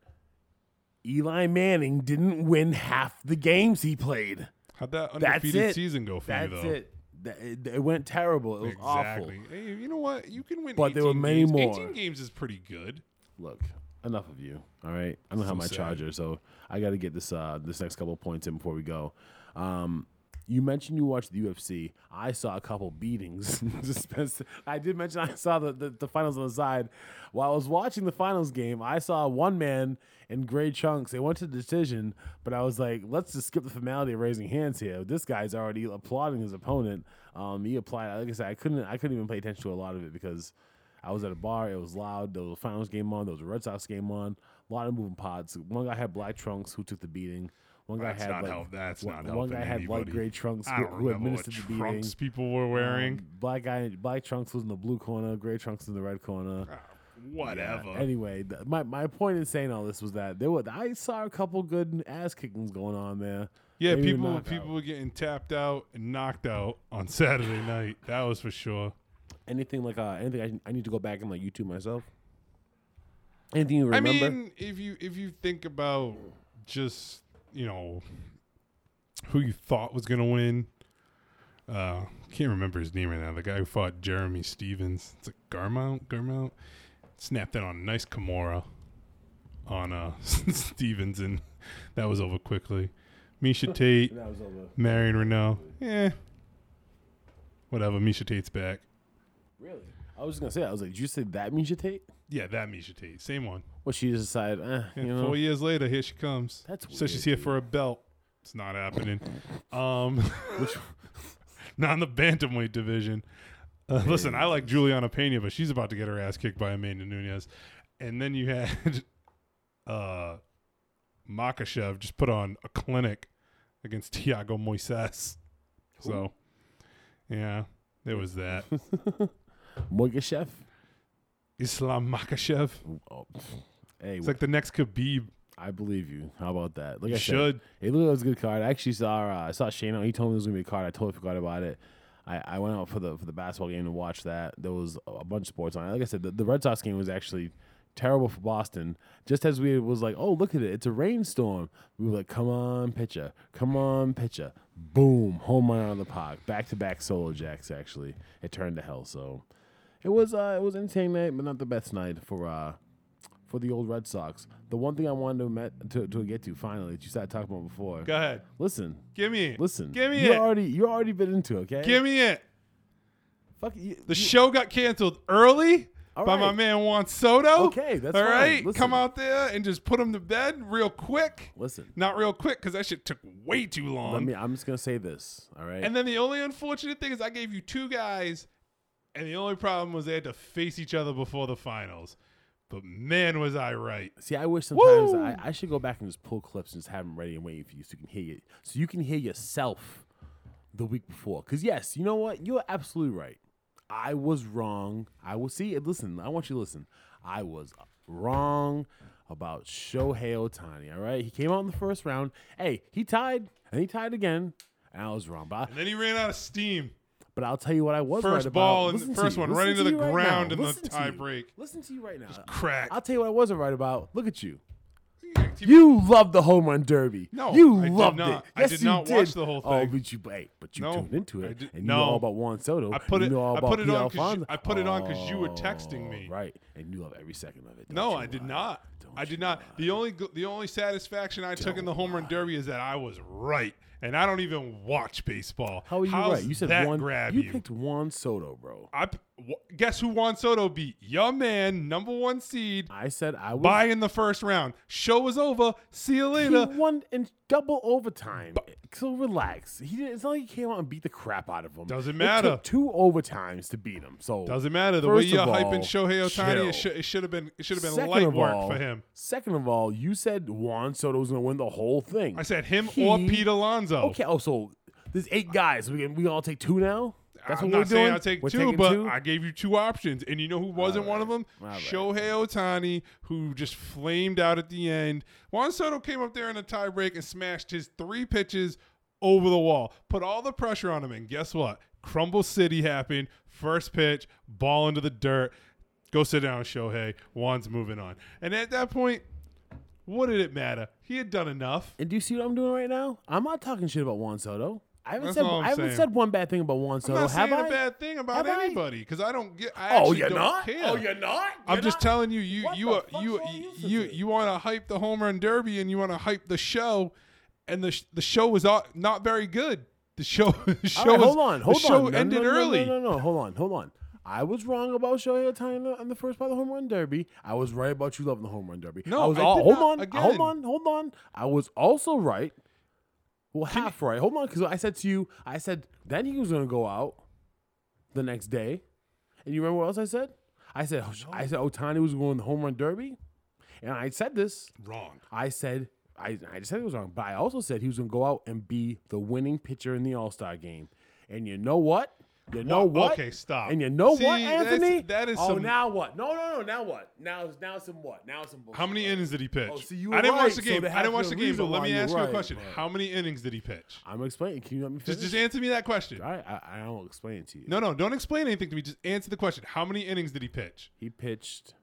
S6: Eli Manning didn't win half the games he played.
S7: How'd that
S6: That's
S7: undefeated
S6: it.
S7: season go for
S6: That's
S7: you, E, though?
S6: it. That- It it went terrible. It was awful.
S7: Exactly. Hey, you know what? You can win.
S6: But
S7: 18
S6: there were many
S7: games.
S6: more.
S7: 18 games is pretty good.
S6: Look, enough of you. All right, I don't have my
S7: sad.
S6: charger, so I got to get this uh, this next couple of points in before we go. Um, you mentioned you watched the UFC. I saw a couple beatings. Just spent- I did mention I saw the, the, the finals on the side. While I was watching the finals game, I saw one man in gray chunks. They went to the decision, but I was like, let's just skip the formality of raising hands here. This guy's already applauding his opponent. Um, he applied. Like I said, I couldn't I couldn't even pay attention to a lot of it because I was at a bar. It was loud. There was a finals game on. There was a Red Sox game on. A lot of moving pods. One guy had black trunks who took the beating. One guy
S7: That's
S6: had
S7: not
S6: like
S7: help- that's
S6: one,
S7: not
S6: one
S7: helping
S6: guy had light
S7: anybody.
S6: gray trunks
S7: I
S6: who,
S7: don't
S6: who
S7: remember what
S6: administered the beating.
S7: trunks people were wearing.
S6: Um, black guy, black trunks was in the blue corner. Gray trunks was in the red corner.
S7: Whatever.
S6: Anyway, th- my my point in saying all this was that there were I saw a couple good ass kickings going on there.
S7: Yeah,
S6: Maybe
S7: people
S6: knockout.
S7: people were getting tapped out and knocked out on Saturday night. That was for sure.
S6: Anything like uh, anything I, I need to go back and like YouTube myself. Anything you remember?
S7: I mean, if you if you think about just you know who you thought was gonna win, uh, can't remember his name right now. The guy who fought Jeremy Stevens, it's like Garmount. Garmount snapped that on a nice Kimura on uh Stevens, and that was over quickly. Misha Tate,
S6: that was over.
S7: Marion Renault, yeah, whatever. Misha Tate's back.
S6: Really? I was just gonna say. I was like, did you say that Misha Tate?
S7: Yeah, that Misha Tate, same one.
S6: Well, she just decided, eh, you
S7: And
S6: know,
S7: four years later, here she comes.
S6: That's
S7: so she's here
S6: weird,
S7: for a belt. It's not happening. Um, not in the bantamweight division. Uh, listen, I like Juliana Pena, but she's about to get her ass kicked by Amanda Nunez. And then you had uh, Makashev just put on a clinic against Tiago Moises. So, yeah, there was that.
S6: Moigashev.
S7: Islam Makashev.
S6: Oh, hey,
S7: It's like the next Khabib.
S6: I believe you. How about that? Like
S7: You
S6: I
S7: should.
S6: Said, hey, look, that was a good card. I actually saw. Uh, I saw Shane. He told me there was gonna be a card. I totally forgot about it. I, I went out for the for the basketball game to watch that. There was a bunch of sports on. it. Like I said, the, the Red Sox game was actually terrible for Boston. Just as we was like, oh look at it, it's a rainstorm. We were like, come on pitcher, come on pitcher. Boom, home run out of the park. Back to back solo jacks. Actually, it turned to hell. So it was uh, it was entertaining night, but not the best night for uh, for the old Red Sox. The one thing I wanted to, met, to to get to finally that you started talking about before.
S7: Go ahead.
S6: Listen,
S7: Give me it.
S6: listen.
S7: Give me
S6: you
S7: it.
S6: already you already been into it, okay?
S7: Give me it.
S6: Fuck you. you-
S7: The show got canceled early
S6: All
S7: by
S6: right.
S7: my man Juan Soto.
S6: Okay, that's
S7: all
S6: fine.
S7: right.
S6: Listen.
S7: Come out there and just put him to bed real quick.
S6: listen.
S7: Not real quick because that shit took way too
S6: Let
S7: long.
S6: me. I'm just gonna say this. All right.
S7: and then the only unfortunate thing is I gave you two guys, and the only problem was they had to face each other before the finals. But man, was I right.
S6: See, I wish sometimes
S7: Woo!
S6: I, I should go back and just pull clips and just have them ready and waiting for you so you can hear you, so you can hear yourself the week before. Because yes, you know what, you're absolutely right. I was wrong. I will see. Listen, I want you to listen. I was wrong about Shohei Otani. All right, he came out in the first round. Hey, he tied and he tied again. And I was wrong, but I,
S7: And then he ran out of steam.
S6: but I'll tell you what I was
S7: First
S6: right about.
S7: ball and the
S6: Listen to
S7: first
S6: you.
S7: one
S6: Listen
S7: right into the
S6: you now.
S7: ground in the
S6: Listen to
S7: tie
S6: you.
S7: break.
S6: Listen to you right now.
S7: Crack.
S6: I'll tell you what I wasn't right about. Look at you.
S7: You
S6: You loved the home run derby.
S7: No,
S6: you
S7: I did
S6: loved
S7: not.
S6: it.
S7: I
S6: Yes,
S7: did
S6: you
S7: not
S6: did.
S7: watch the whole
S6: Oh,
S7: thing.
S6: but you, hey, but you
S7: No,
S6: tuned into
S7: I
S6: it,
S7: did-
S6: and you
S7: no.
S6: know all about Juan Soto.
S7: I put
S6: you
S7: it-
S6: know all
S7: I
S6: about
S7: put it
S6: Pete
S7: on 'cause you-
S6: Alfonso.
S7: I put it on 'cause you were texting me.
S6: Oh, Right, and you love every second of it. don't
S7: No,
S6: you
S7: I did
S6: lie.
S7: not.
S6: Don't
S7: I did
S6: you
S7: not.
S6: lie.
S7: The only g- the only satisfaction I took in the home run derby is that I was right, and I don't even watch baseball.
S6: How are you
S7: How's
S6: right? You said
S7: that
S6: Juan.
S7: grab
S6: you,
S7: you.
S6: picked Juan Soto, bro.
S7: I p- wh- guess who Juan Soto beat? Your man, number one seed,
S6: I said I was.
S7: by in the first round. Show was over. See you
S6: he
S7: later.
S6: won in double overtime. so relax. He didn't, it's not like he came out and beat the crap out of him.
S7: Doesn't
S6: It
S7: matter.
S6: took two overtimes to beat him. So
S7: Doesn't matter the
S6: First
S7: way you're
S6: of all,
S7: hyping Shohei Otani.
S6: chill.
S7: It, sh- it should have been. It should have been
S6: Second
S7: light
S6: of
S7: work
S6: all-
S7: for him.
S6: Second of all, you said Juan Soto was going to win the whole thing.
S7: I said him or
S6: He-
S7: Pete Alonso.
S6: Okay. Oh, so there's eight guys. We can we all take two now. That's
S7: I'm
S6: what
S7: not
S6: we're doing.
S7: saying I'll take
S6: We're
S7: two,
S6: taking
S7: but I gave you two options. And you know who wasn't one of them?
S6: Alright.
S7: Shohei Otani, who just flamed out at the end. Juan Soto came up there in a tiebreak and smashed his three pitches over the wall, put all the pressure on him. And guess what? Crumble City happened. First pitch, ball into the dirt. Go sit down, Shohei. Juan's moving on. And at that point, what did it matter? He had done enough.
S6: and do you see what I'm doing right now? I'm not talking shit about Juan Soto. I haven't
S7: That's
S6: said
S7: all I'm
S6: I haven't
S7: saying.
S6: said one bad thing about Juan Soto.
S7: I'm not
S6: have
S7: saying a
S6: I?
S7: bad thing about
S6: Have I?
S7: anybody because I don't get. I
S6: oh,
S7: actually
S6: you're
S7: don't
S6: not.
S7: care.
S6: Oh, you're not.
S7: I'm
S6: You're
S7: just
S6: not?
S7: telling you, you
S6: What
S7: you
S6: the
S7: are,
S6: fuck's
S7: you
S6: wrong
S7: you
S6: with
S7: you,
S6: you?
S7: want to hype the home run derby and you want to hype the show, and the sh- the show was au- not very good. The show the show
S6: All right,
S7: was-
S6: hold on, hold
S7: the show
S6: on. No,
S7: ended
S6: no, no, no,
S7: early.
S6: No, no, no, hold on, hold on. I was wrong about Shohei Ohtani on the first part of the home run derby. I was right about you loving the home run derby.
S7: No,
S6: I was
S7: I
S6: all,
S7: did
S6: hold
S7: not-
S6: on,
S7: again.
S6: hold on, hold on. I was also right. Well, half right. Hold on, because I said to you, I said then he was going to go out the next day, and you remember what else I said? I said I said Otani was going to the home run derby, and I said this.
S7: Wrong.
S6: I said I, I just said it was wrong, but I also said he was gonna go out and be the winning pitcher in the All Star game. And you know what? You know
S7: Wha-
S6: what?
S7: okay, stop.
S6: And you know
S7: See,
S6: what,
S7: that's-
S6: Anthony?
S7: that is
S6: oh,
S7: some-
S6: now what? No, no, no. Now what? Now, now some what? Now some bullshit.
S7: How many innings did he pitch?
S6: Oh, see, you
S7: I
S6: were
S7: didn't
S6: right,
S7: watch the
S6: so
S7: game.
S6: there
S7: I
S6: has
S7: didn't
S6: to
S7: watch
S6: be
S7: the
S6: a
S7: game, but
S6: reason
S7: let
S6: why
S7: me
S6: you're
S7: ask you a
S6: right,
S7: question.
S6: but-
S7: How many innings did he pitch?
S6: I'm explaining. Can you let me finish?
S7: Just just answer me that question.
S6: All right, I, I will explain it to you.
S7: No, no, don't explain anything to me. Just answer the question. How many innings did he pitch?
S6: He pitched.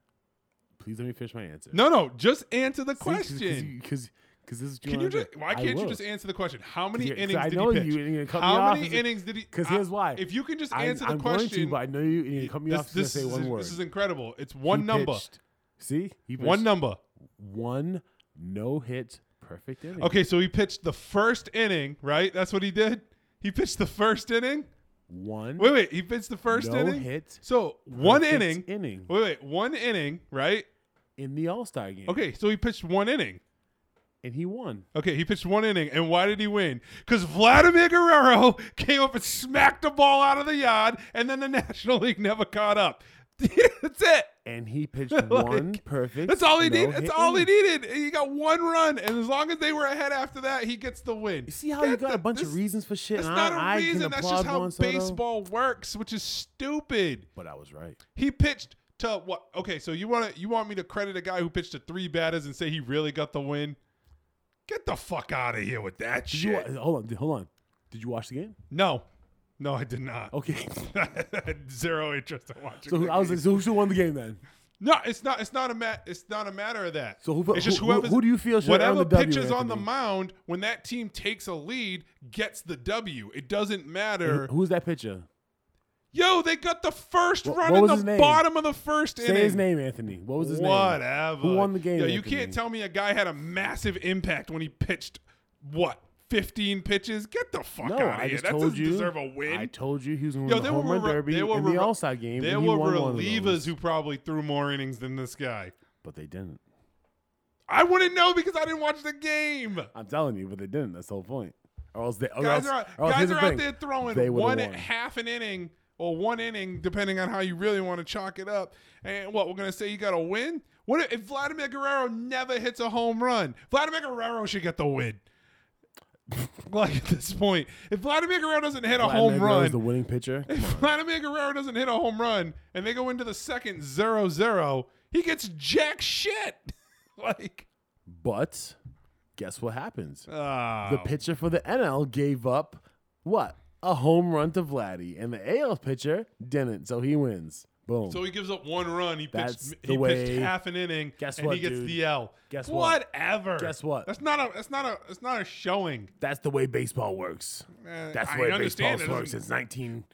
S6: Please let me finish my answer.
S7: No, no, just answer the question.
S6: Because this is what
S7: Can
S6: I'm
S7: you
S6: doing.
S7: just? Why
S6: I
S7: can't you
S6: will.
S7: just answer the question? How many
S6: Yeah, 'cause
S7: innings
S6: I
S7: did
S6: know
S7: he
S6: you,
S7: pitch?
S6: and you're gonna cut me
S7: How
S6: off
S7: many
S6: as a-
S7: innings did he?
S6: Because
S7: I-
S6: here's why.
S7: If you can just
S6: I'm-
S7: answer
S6: I'm
S7: the
S6: going
S7: question,
S6: to, but I know you. And you cut me
S7: this,
S6: off. This,
S7: this
S6: say one
S7: is,
S6: word.
S7: this is incredible. It's one
S6: He
S7: number.
S6: pitched- See, he pitched
S7: One number.
S6: one no hit perfect inning.
S7: Okay, so he pitched the first inning, right? That's what he did. He pitched the first inning.
S6: one.
S7: Wait, wait. He pitched the first
S6: No
S7: inning.
S6: hit,
S7: So one
S6: perfect
S7: inning.
S6: inning.
S7: Wait, wait. One inning, right?
S6: in the All Star game.
S7: Okay, so he pitched one inning.
S6: and he won.
S7: Okay, he pitched one inning, and why did he win? Because Vladimir Guerrero came up and smacked the ball out of the yard, and then the National League never caught up. that's it.
S6: And he pitched
S7: Like,
S6: one perfect.
S7: That's all he
S6: no
S7: needed.
S6: hit
S7: That's all he
S6: inning.
S7: needed. He got one run, and as long as they were ahead after that, he gets the win.
S6: See how you
S7: That-
S6: got a
S7: that-
S6: bunch
S7: this-
S6: of reasons for shit.
S7: That's
S6: and
S7: not a
S6: I, I
S7: reason.
S6: Can
S7: That's
S6: applaud
S7: just how
S6: Juan Soto?
S7: baseball works, which is stupid.
S6: But I was right.
S7: He pitched to what? Okay, so you want to you want me to credit a guy who pitched to three batters and say he really got the win? Get the fuck out of here with that
S6: Did
S7: shit.
S6: you, wa- hold on. Did- Hold on. Did you watch the game?
S7: No, no, I did not.
S6: Okay.
S7: I had Zero interest in watching.
S6: So
S7: that
S6: who- I was
S7: game.
S6: like, so who should won the game then?
S7: no, it's not. It's not a mat. It's not a matter of that.
S6: So who-
S7: it's just
S6: who- who-
S7: whoever's
S6: who do you feel should
S7: whatever
S6: earn the W,
S7: pitches on the
S6: Anthony?
S7: mound when that team takes a lead gets the W. It doesn't matter.
S6: Who's that pitcher?
S7: Yo, they got the first
S6: What-
S7: run
S6: what was
S7: in
S6: his
S7: the
S6: name?
S7: bottom of the first
S6: Say
S7: inning.
S6: his name, Anthony. What was his name?
S7: Whatever.
S6: Who won the game?
S7: Yo, you
S6: Anthony?
S7: can't tell me a guy had a massive impact when he pitched what fifteen pitches. Get the fuck
S6: No,
S7: out of
S6: I
S7: here.
S6: just
S7: that
S6: told
S7: doesn't
S6: you.
S7: deserve a win.
S6: I told you he was going to
S7: Yo,
S6: win the
S7: there
S6: home
S7: were
S6: run
S7: re-
S6: derby
S7: there were
S6: in the
S7: re-
S6: All Star game.
S7: There
S6: and he
S7: were
S6: won one of
S7: relievers
S6: those.
S7: who probably threw more innings than this guy.
S6: but they didn't.
S7: I wouldn't know because I didn't watch the game.
S6: I'm telling you, but they didn't. That's the whole point. Or else they, or else,
S7: Guys are,
S6: or else oh,
S7: guys
S6: here's
S7: are
S6: the
S7: out
S6: thing.
S7: there throwing
S6: They would've
S7: one
S6: won.
S7: half an inning or one inning, depending on how you really want to chalk it up. And what we're gonna say, you got to win. What if, if Vladimir Guerrero never hits a home run? Vladimir Guerrero should get the win. like at this point, if Vladimir Guerrero doesn't hit a
S6: Vlad
S7: home
S6: Negro
S7: run,
S6: is the winning pitcher.
S7: Vladimir Guerrero doesn't hit a home run and they go into the second 0 0, he gets jack shit. like,
S6: But guess what happens?
S7: ah.
S6: The pitcher for the NL gave up what a home run to Vladdy, and the AL pitcher didn't, so he wins. Boom.
S7: So he gives up one run. He
S6: That's
S7: pitched,
S6: the
S7: he pitched
S6: way-
S7: half an inning,
S6: Guess
S7: and
S6: what,
S7: he gets
S6: dude?
S7: the L.
S6: Guess what?
S7: Whatever.
S6: Guess what?
S7: That's not a. That's not a. That's not a showing.
S6: That's the way baseball works.
S7: Eh,
S6: That's
S7: I
S6: the way baseball
S7: understand it
S6: works
S7: doesn't-
S6: since 1905.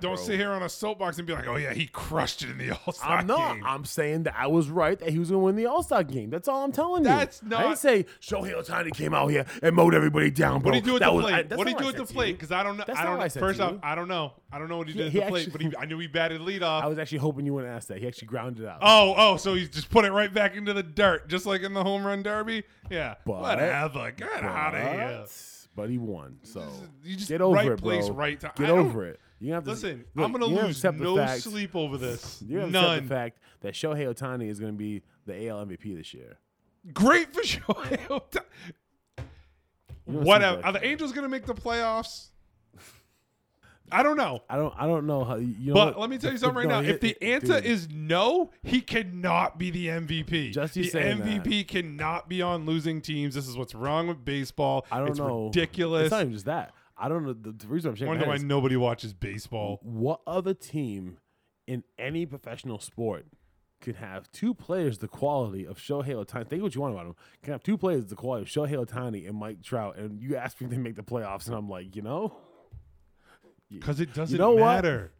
S7: Don't
S6: bro.
S7: sit here on a soapbox and be like, "Oh yeah, he crushed it in the All Star
S6: I'm
S7: game."
S6: not. I'm saying that I was right that he was going to win the All Star game. That's all I'm telling you.
S7: That's
S6: I
S7: not-
S6: didn't say Shohei Otani came out here and mowed everybody down, bro.
S7: What did he do at
S6: That
S7: the
S6: was- I-
S7: plate?
S6: that's
S7: what did
S6: not
S7: he do
S6: I
S7: at the
S6: said to
S7: plate?
S6: you.
S7: Because I don't know.
S6: That's
S7: I
S6: not
S7: don't.
S6: what I
S7: know.
S6: said
S7: First
S6: to
S7: off,
S6: you.
S7: I don't know. I don't know what he did
S6: he
S7: at the plate, but
S6: actually-
S7: he, I knew he batted leadoff.
S6: I was actually hoping you wouldn't ask that. He actually grounded out.
S7: Oh, oh, so he's just put it right back into the dirt, just like in the home run derby. Yeah,
S6: But-
S7: whatever. Get out of here.
S6: But- But he won. So
S7: You just
S6: get over
S7: right
S6: it, bro.
S7: place, right time.
S6: Get
S7: I don't-
S6: over it. You don't have to
S7: Listen,
S6: look,
S7: I'm gonna
S6: you don't have
S7: lose
S6: accept the
S7: no
S6: fact-
S7: sleep over this.
S6: You don't have to accept
S7: None.
S6: the fact that Shohei Otani is going to be the AL MVP this year.
S7: Great for Shohei Ohtani.
S6: You don't
S7: Whatever.
S6: see
S7: Are the Angels gonna make the playoffs? I don't know.
S6: I don't. I don't know how. You know
S7: But
S6: what?
S7: let me tell you
S6: The- the-
S7: something right
S6: no,
S7: now.
S6: he-
S7: If the answer
S6: dude,
S7: is no, he cannot be the MVP.
S6: Just you
S7: the
S6: saying that.
S7: MVP cannot be on losing teams. This is what's wrong with baseball.
S6: I don't
S7: it's
S6: know.
S7: Ridiculous.
S6: It's not even just that. I don't know. The, the reason I'm shaking
S7: Wonder
S6: my
S7: why
S6: head is,
S7: nobody watches baseball.
S6: what other team in any professional sport can have two players the quality of Shohei Otani? Think what you want about him. Can have two players the quality of Shohei Otani and Mike Trout, and you ask me if they make the playoffs, and I'm like, you know,
S7: Because it doesn't
S6: know what?
S7: matter.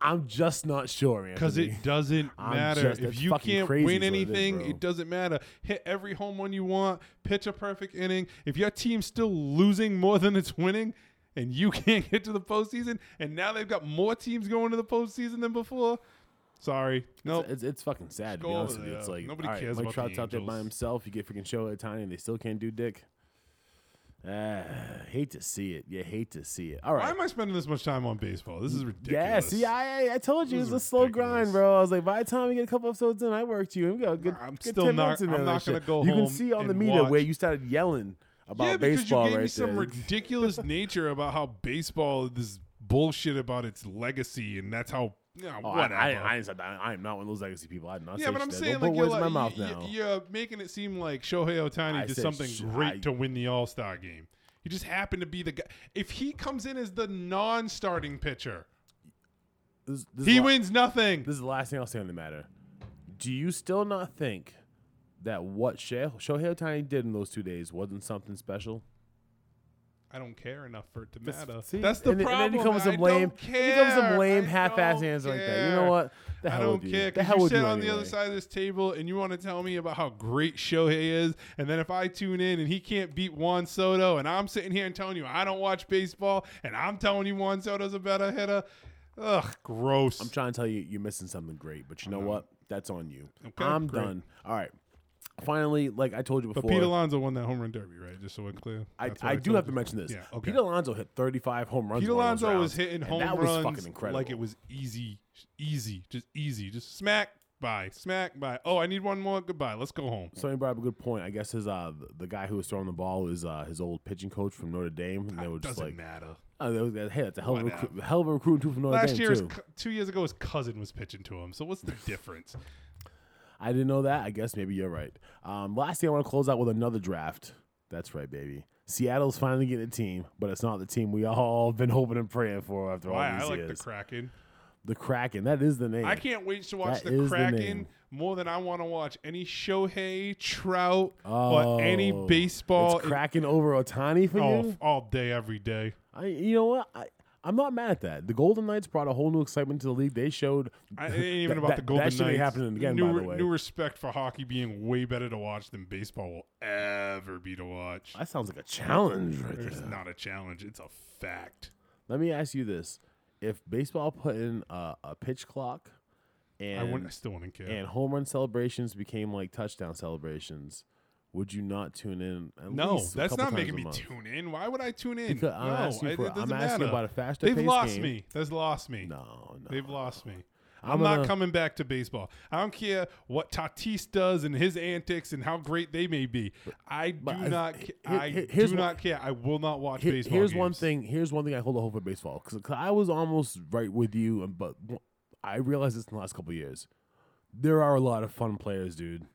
S6: I'm just not sure, man.
S7: Because it doesn't
S6: I'm
S7: matter.
S6: just-
S7: if
S6: that's
S7: you
S6: fucking
S7: can't
S6: crazy is what
S7: win
S6: it is,
S7: anything,
S6: bro.
S7: it doesn't matter. Hit every home run you want, pitch a perfect inning. If your team's still losing more than it's winning, and you can't get to the postseason, and now they've got more teams going to the postseason than before. Sorry, no.
S6: It's, it's fucking sad to be
S7: Go
S6: honest
S7: over
S6: with you.
S7: there.
S6: It's like
S7: Nobody
S6: all right,
S7: cares
S6: Mike
S7: about the
S6: Trout's out there by
S7: Angels.
S6: himself. You get freaking Shohei Otani, and they still can't do dick. Ah, hate to see it. You hate to see it. All
S7: Why
S6: right.
S7: am I spending this much time on baseball? This is ridiculous.
S6: Yeah, see, I I- I told you
S7: This
S6: it was a
S7: is
S6: slow grind,
S7: ridiculous.
S6: bro. I was like, by the time we get a couple episodes in, I worked you. We got a good,
S7: I'm
S6: good
S7: still
S6: 10
S7: not-
S6: minutes in
S7: I'm
S6: there.
S7: not
S6: like
S7: gonna
S6: shit.
S7: go
S6: You can
S7: home
S6: see on the
S7: and
S6: media where
S7: watch.
S6: you started yelling about
S7: yeah, because
S6: baseball
S7: you gave
S6: right
S7: me some
S6: there.
S7: ridiculous nature about how baseball this bullshit about its legacy, and that's how. Yeah,
S6: Oh, I,
S7: whatever.
S6: I, I, didn't say that. I am not one of those legacy people. I did not
S7: Yeah,
S6: say
S7: but I'm
S6: shit.
S7: saying
S6: Don't put
S7: like, you're,
S6: words in my mouth
S7: like, you-
S6: now.
S7: you- you're making it seem like Shohei
S6: I
S7: Otani did
S6: said
S7: something
S6: sh-
S7: great
S6: I-
S7: to win the All Star game. He just happened to be the guy. If he comes in as the non-starting pitcher,
S6: This- this
S7: he
S6: li-
S7: wins nothing.
S6: This is the last thing I'll say on the matter. Do you still not think that what Sho- Shohei Otani did in those two days wasn't something special?
S7: I don't care enough for it to
S6: That's-
S7: matter.
S6: see,
S7: That's the
S6: and then-
S7: problem.
S6: And then he comes
S7: I
S6: some lame,
S7: don't
S6: he comes some
S7: care.
S6: lame
S7: I
S6: half-ass
S7: don't
S6: answer like that. You know
S7: care.
S6: what? The
S7: I
S6: hell
S7: don't
S6: with you.
S7: care.
S6: The
S7: 'cause
S6: hell
S7: you
S6: with
S7: sit
S6: you
S7: on the
S6: anyway.
S7: other side of this table and you want to tell me about how great Shohei is, and then if I tune in and he can't beat Juan Soto, and I'm sitting here and telling you I don't watch baseball, and I'm telling you Juan Soto's a better hitter. Ugh, gross.
S6: I'm trying to tell you, you're missing something great, but you know what? That's on you.
S7: Uh-huh. Okay,
S6: I'm
S7: great.
S6: done. All right. Finally, like I told you
S7: but
S6: before,
S7: Pete Alonso won that home run derby, right? Just so we're clear.
S6: I,
S7: That's what
S6: I do
S7: told
S6: have to
S7: you.
S6: mention this.
S7: Yeah, okay.
S6: Pete Alonso hit 35 home runs.
S7: Pete
S6: in one of those
S7: Alonso was
S6: rounds,
S7: hitting
S6: and
S7: home
S6: that was
S7: runs
S6: fucking incredible.
S7: like it was easy, easy, just easy, just smack by, smack by. Oh, I need one more. Goodbye. Let's go home.
S6: Somebody brought up a good point. I guess his uh th- the guy who was throwing the ball was uh, his old pitching coach from Notre Dame, and they were just
S7: Doesn't
S6: like,
S7: matter.
S6: oh, they was, hey, that's a hell of a,
S7: Whatever.
S6: recruit, hell of a recruiting tool from Notre
S7: Last
S6: Dame
S7: year's,
S6: too.
S7: cu- two years ago, his cousin was pitching to him. So what's the difference?
S6: I didn't know that. I guess maybe you're right. Um, last thing I want to close out with another draft. That's right, baby. Seattle's finally getting a team, but it's not the team we all been hoping and praying for after
S7: Why
S6: all
S7: I
S6: these
S7: like the
S6: years.
S7: Kraken.
S6: the Kraken. That is the name.
S7: I can't wait to watch
S6: That
S7: the
S6: is the
S7: Kraken
S6: name.
S7: more than I want to watch any Shohei, Trout,
S6: Oh,
S7: or any baseball. Oh,
S6: It's Kraken over Otani for
S7: all,
S6: you.
S7: all day, every day.
S6: I, you know what? I, I'm not mad at that. The Golden Knights brought a whole new excitement to the league. They showed
S7: I, it ain't even
S6: that-
S7: about
S6: that-
S7: the Golden
S6: that should be
S7: Knights.
S6: happening again.
S7: New,
S6: by
S7: re-
S6: the way,
S7: new respect for hockey being way better to watch than baseball will ever be to watch.
S6: that sounds like a challenge right
S7: It's
S6: there.
S7: not a challenge. It's a fact.
S6: Let me ask you this: If baseball put in a, a pitch clock
S7: I, wouldn't, I
S6: and
S7: still wouldn't care.
S6: and home run celebrations became like touchdown celebrations, would you not tune in? at
S7: No,
S6: least a
S7: that's
S6: couple
S7: not
S6: times
S7: making
S6: a
S7: me
S6: month?
S7: tune in. Why would I tune in?
S6: Because I'm
S7: no,
S6: asking
S7: I-
S6: for-
S7: it doesn't
S6: I'm asking
S7: matter.
S6: about a faster
S7: They've
S6: paced
S7: lost
S6: game.
S7: me. They've lost me.
S6: No, no.
S7: They've lost me. I'm,
S6: I'm
S7: not
S6: gonna-
S7: coming back to baseball. I don't care what Tatis does and his antics and how great they may be. I do
S6: but I-
S7: not.
S6: he-
S7: ca- I
S6: he-
S7: do
S6: here's one-
S7: not care. I will not watch
S6: Here-
S7: baseball.
S6: here's one
S7: games.
S6: thing. Here's one thing I hold a hope for baseball because I was almost right with you, and but I realized this in the last couple of years. There are a lot of fun players, dude.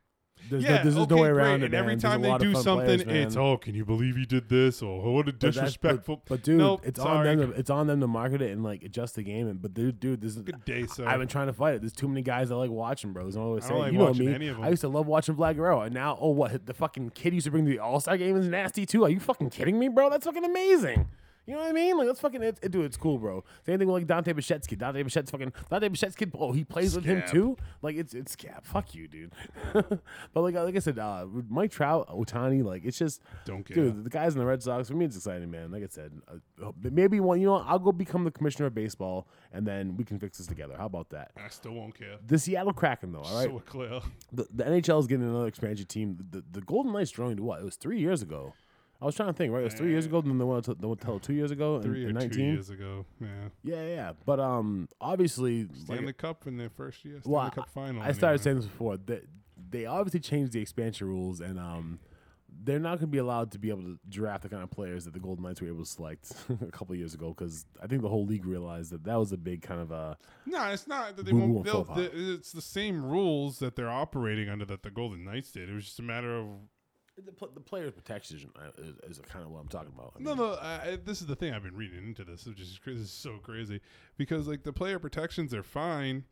S6: There's
S7: yeah,
S6: no, there's just
S7: okay,
S6: no way
S7: great.
S6: around it.
S7: And
S6: man.
S7: every
S6: There's a
S7: time they
S6: lot of
S7: do
S6: fun
S7: something,
S6: players, man.
S7: it's oh, can you believe he did this? Or oh, what a
S6: But that's- but-
S7: disrespectful.
S6: But, dude,
S7: nope,
S6: it's
S7: sorry.
S6: on them. To, it's on them to market it and like adjust the game. And but dude, dude, this is.
S7: Good day, sir.
S6: I've been trying to fight it. There's too many guys that like watching, bro. There's no way to
S7: I
S6: say
S7: don't
S6: it.
S7: like
S6: you know
S7: watching
S6: me.
S7: any of 'em.
S6: I used to love watching Vlad Guerrero, and now oh what the fucking kid used to bring to the All Star game is nasty too. Are you fucking kidding me, bro? That's fucking amazing. You know what I mean? Like that's fucking it, it- dude. It's cool, bro. Same thing with like Dante Bichette's kid. Dante Bichette's fucking Dante Bichette's kid. Oh, he plays with him
S7: Scab.
S6: too. Like it's it's cap. Fuck you, dude. but like like I said, uh, Mike Trout, Otani, like it's just
S7: Don't care.
S6: dude. The guys in the Red Sox for me, it's exciting, man. Like I said, uh, maybe one. You know, what? I'll go become the commissioner of baseball, and then we can fix this together. How about that?
S7: I still won't care.
S6: The Seattle Kraken, though, all right.
S7: So clear.
S6: the, the NHL is getting another expansion team. The, the Golden Knights joined what? It was three years ago. I was trying to think. Right, it was three years ago. Then they went to, they went to two years ago. in-
S7: Three
S6: in
S7: or two
S6: 19?
S7: years ago. Yeah.
S6: Yeah, yeah, yeah. But um, obviously, like-
S7: Stanley Cup in their first year. Stanley
S6: well,
S7: Cup final.
S6: I started
S7: anyway.
S6: saying this before. That they obviously changed the expansion rules, and um, they're not going to be allowed to be able to draft the kind of players that the Golden Knights were able to select a couple years ago. Because I think the whole league realized that that was a big kind of uh,
S7: No, it's not that they
S6: Boo Boo
S7: won't.
S6: and
S7: They'll,
S6: Philpott.
S7: the- it's the same rules that they're operating under that the Golden Knights did. It was just a matter of
S6: the, pl- the player protection uh, is, is kind of what I'm talking about. I
S7: no,
S6: mean,
S7: no. I, I- this is the thing I've been reading into this, which is cra- this is so crazy because like the player protections are fine,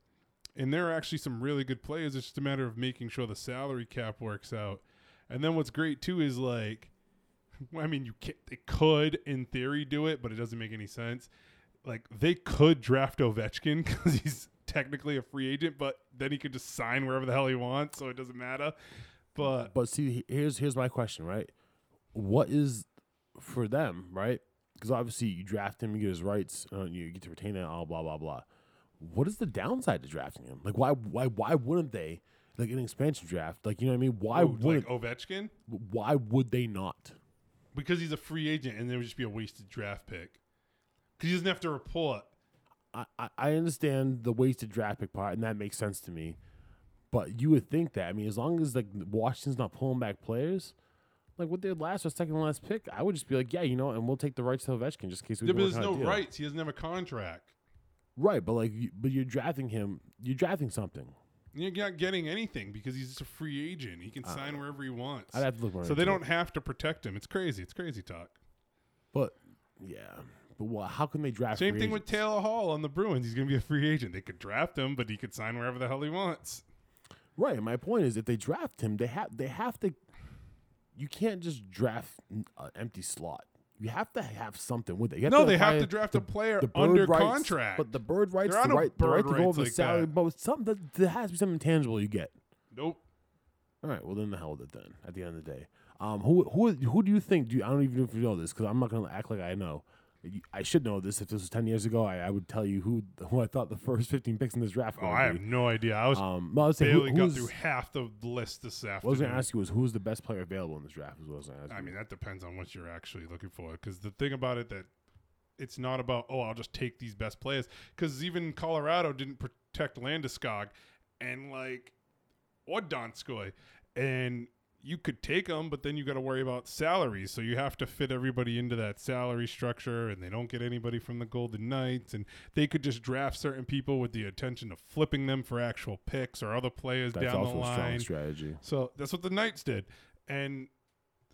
S7: and there are actually some really good players. It's just a matter of making sure the salary cap works out. And then what's great too is like, I mean, you can they could in theory do it, but it doesn't make any sense. Like they could draft Ovechkin because he's technically a free agent, but then he could just sign wherever the hell he wants, so it doesn't matter. But
S6: But see, he- here's here's my question, right? What is for them, right? Because obviously you draft him, you get his rights, uh, you get to retain it, all blah blah blah. What is the downside to drafting him? Like, why why why wouldn't they like an expansion draft? Like, you know what I mean? Why
S7: I
S6: wouldn't?
S7: like Ovechkin.
S6: why would they not?
S7: because he's a free agent, and there would just be a wasted draft pick because he doesn't have to report.
S6: I, I- I understand the wasted draft pick part, and that makes sense to me. But you would think that I mean, as long as like Washington's not pulling back players, like with their last or second last pick, I would just be like, yeah, you know, what, and we'll take the rights to Ovechkin just in case we.
S7: There
S6: can work
S7: is
S6: out a
S7: no
S6: deal.
S7: rights. He doesn't have a contract.
S6: Right, but like, you, but you're drafting him. You're drafting something.
S7: You're not getting anything because he's just a free agent. He can sign wherever he wants.
S6: Uh, I'd have to look more.
S7: So they
S6: into it.
S7: don't have to protect him. It's crazy. It's crazy talk.
S6: But yeah, but wha- how can they draft?
S7: Same
S6: free
S7: thing with
S6: agents?
S7: Taylor Hall on the Bruins. He's going to be a free agent. They could draft him, but he could sign wherever the hell he wants.
S6: right. My point is, if they draft him, they have they have to. You can't just draft an empty slot. You have to have something with it. You
S7: No, they have
S6: apply
S7: to draft a player
S6: the bird
S7: under
S6: rights,
S7: contract.
S6: But the bird rights,
S7: There are
S6: the
S7: no
S6: right, the
S7: bird
S6: right to go
S7: rights
S6: over the
S7: like
S6: salary,
S7: that.
S6: but something there has to be something tangible you get.
S7: nope.
S6: All right, well then the hell with it then. At the end of the day, um, who who who do you think? Do you, I don't even know if you know this because I'm not gonna act like I know. You- I should know this. If this was ten years ago, I, I would tell you who who I thought the first 15 picks in this draft.
S7: Oh,
S6: were
S7: I
S6: be.
S7: have no idea. I was
S6: Um, no, I was saying, who,
S7: barely got
S6: who's,
S7: through
S6: what
S7: half the list this
S6: I
S7: afternoon.
S6: was gonna ask you was who's the best player available in this draft? Is what I was gonna ask.
S7: I
S6: you.
S7: mean, that depends on what you're actually looking for. Because the thing about it that it's not about oh, I'll just take these best players. Because even Colorado didn't protect Landeskog and like or Donskoy, and you could take them, but then you got to worry about salaries. So you have to fit everybody into that salary structure, and they don't get anybody from the Golden Knights, and they could just draft certain people with the intention of flipping them for actual picks or other players
S6: that's
S7: down
S6: also
S7: the
S6: a strong
S7: line.
S6: strategy.
S7: So that's what the Knights did. And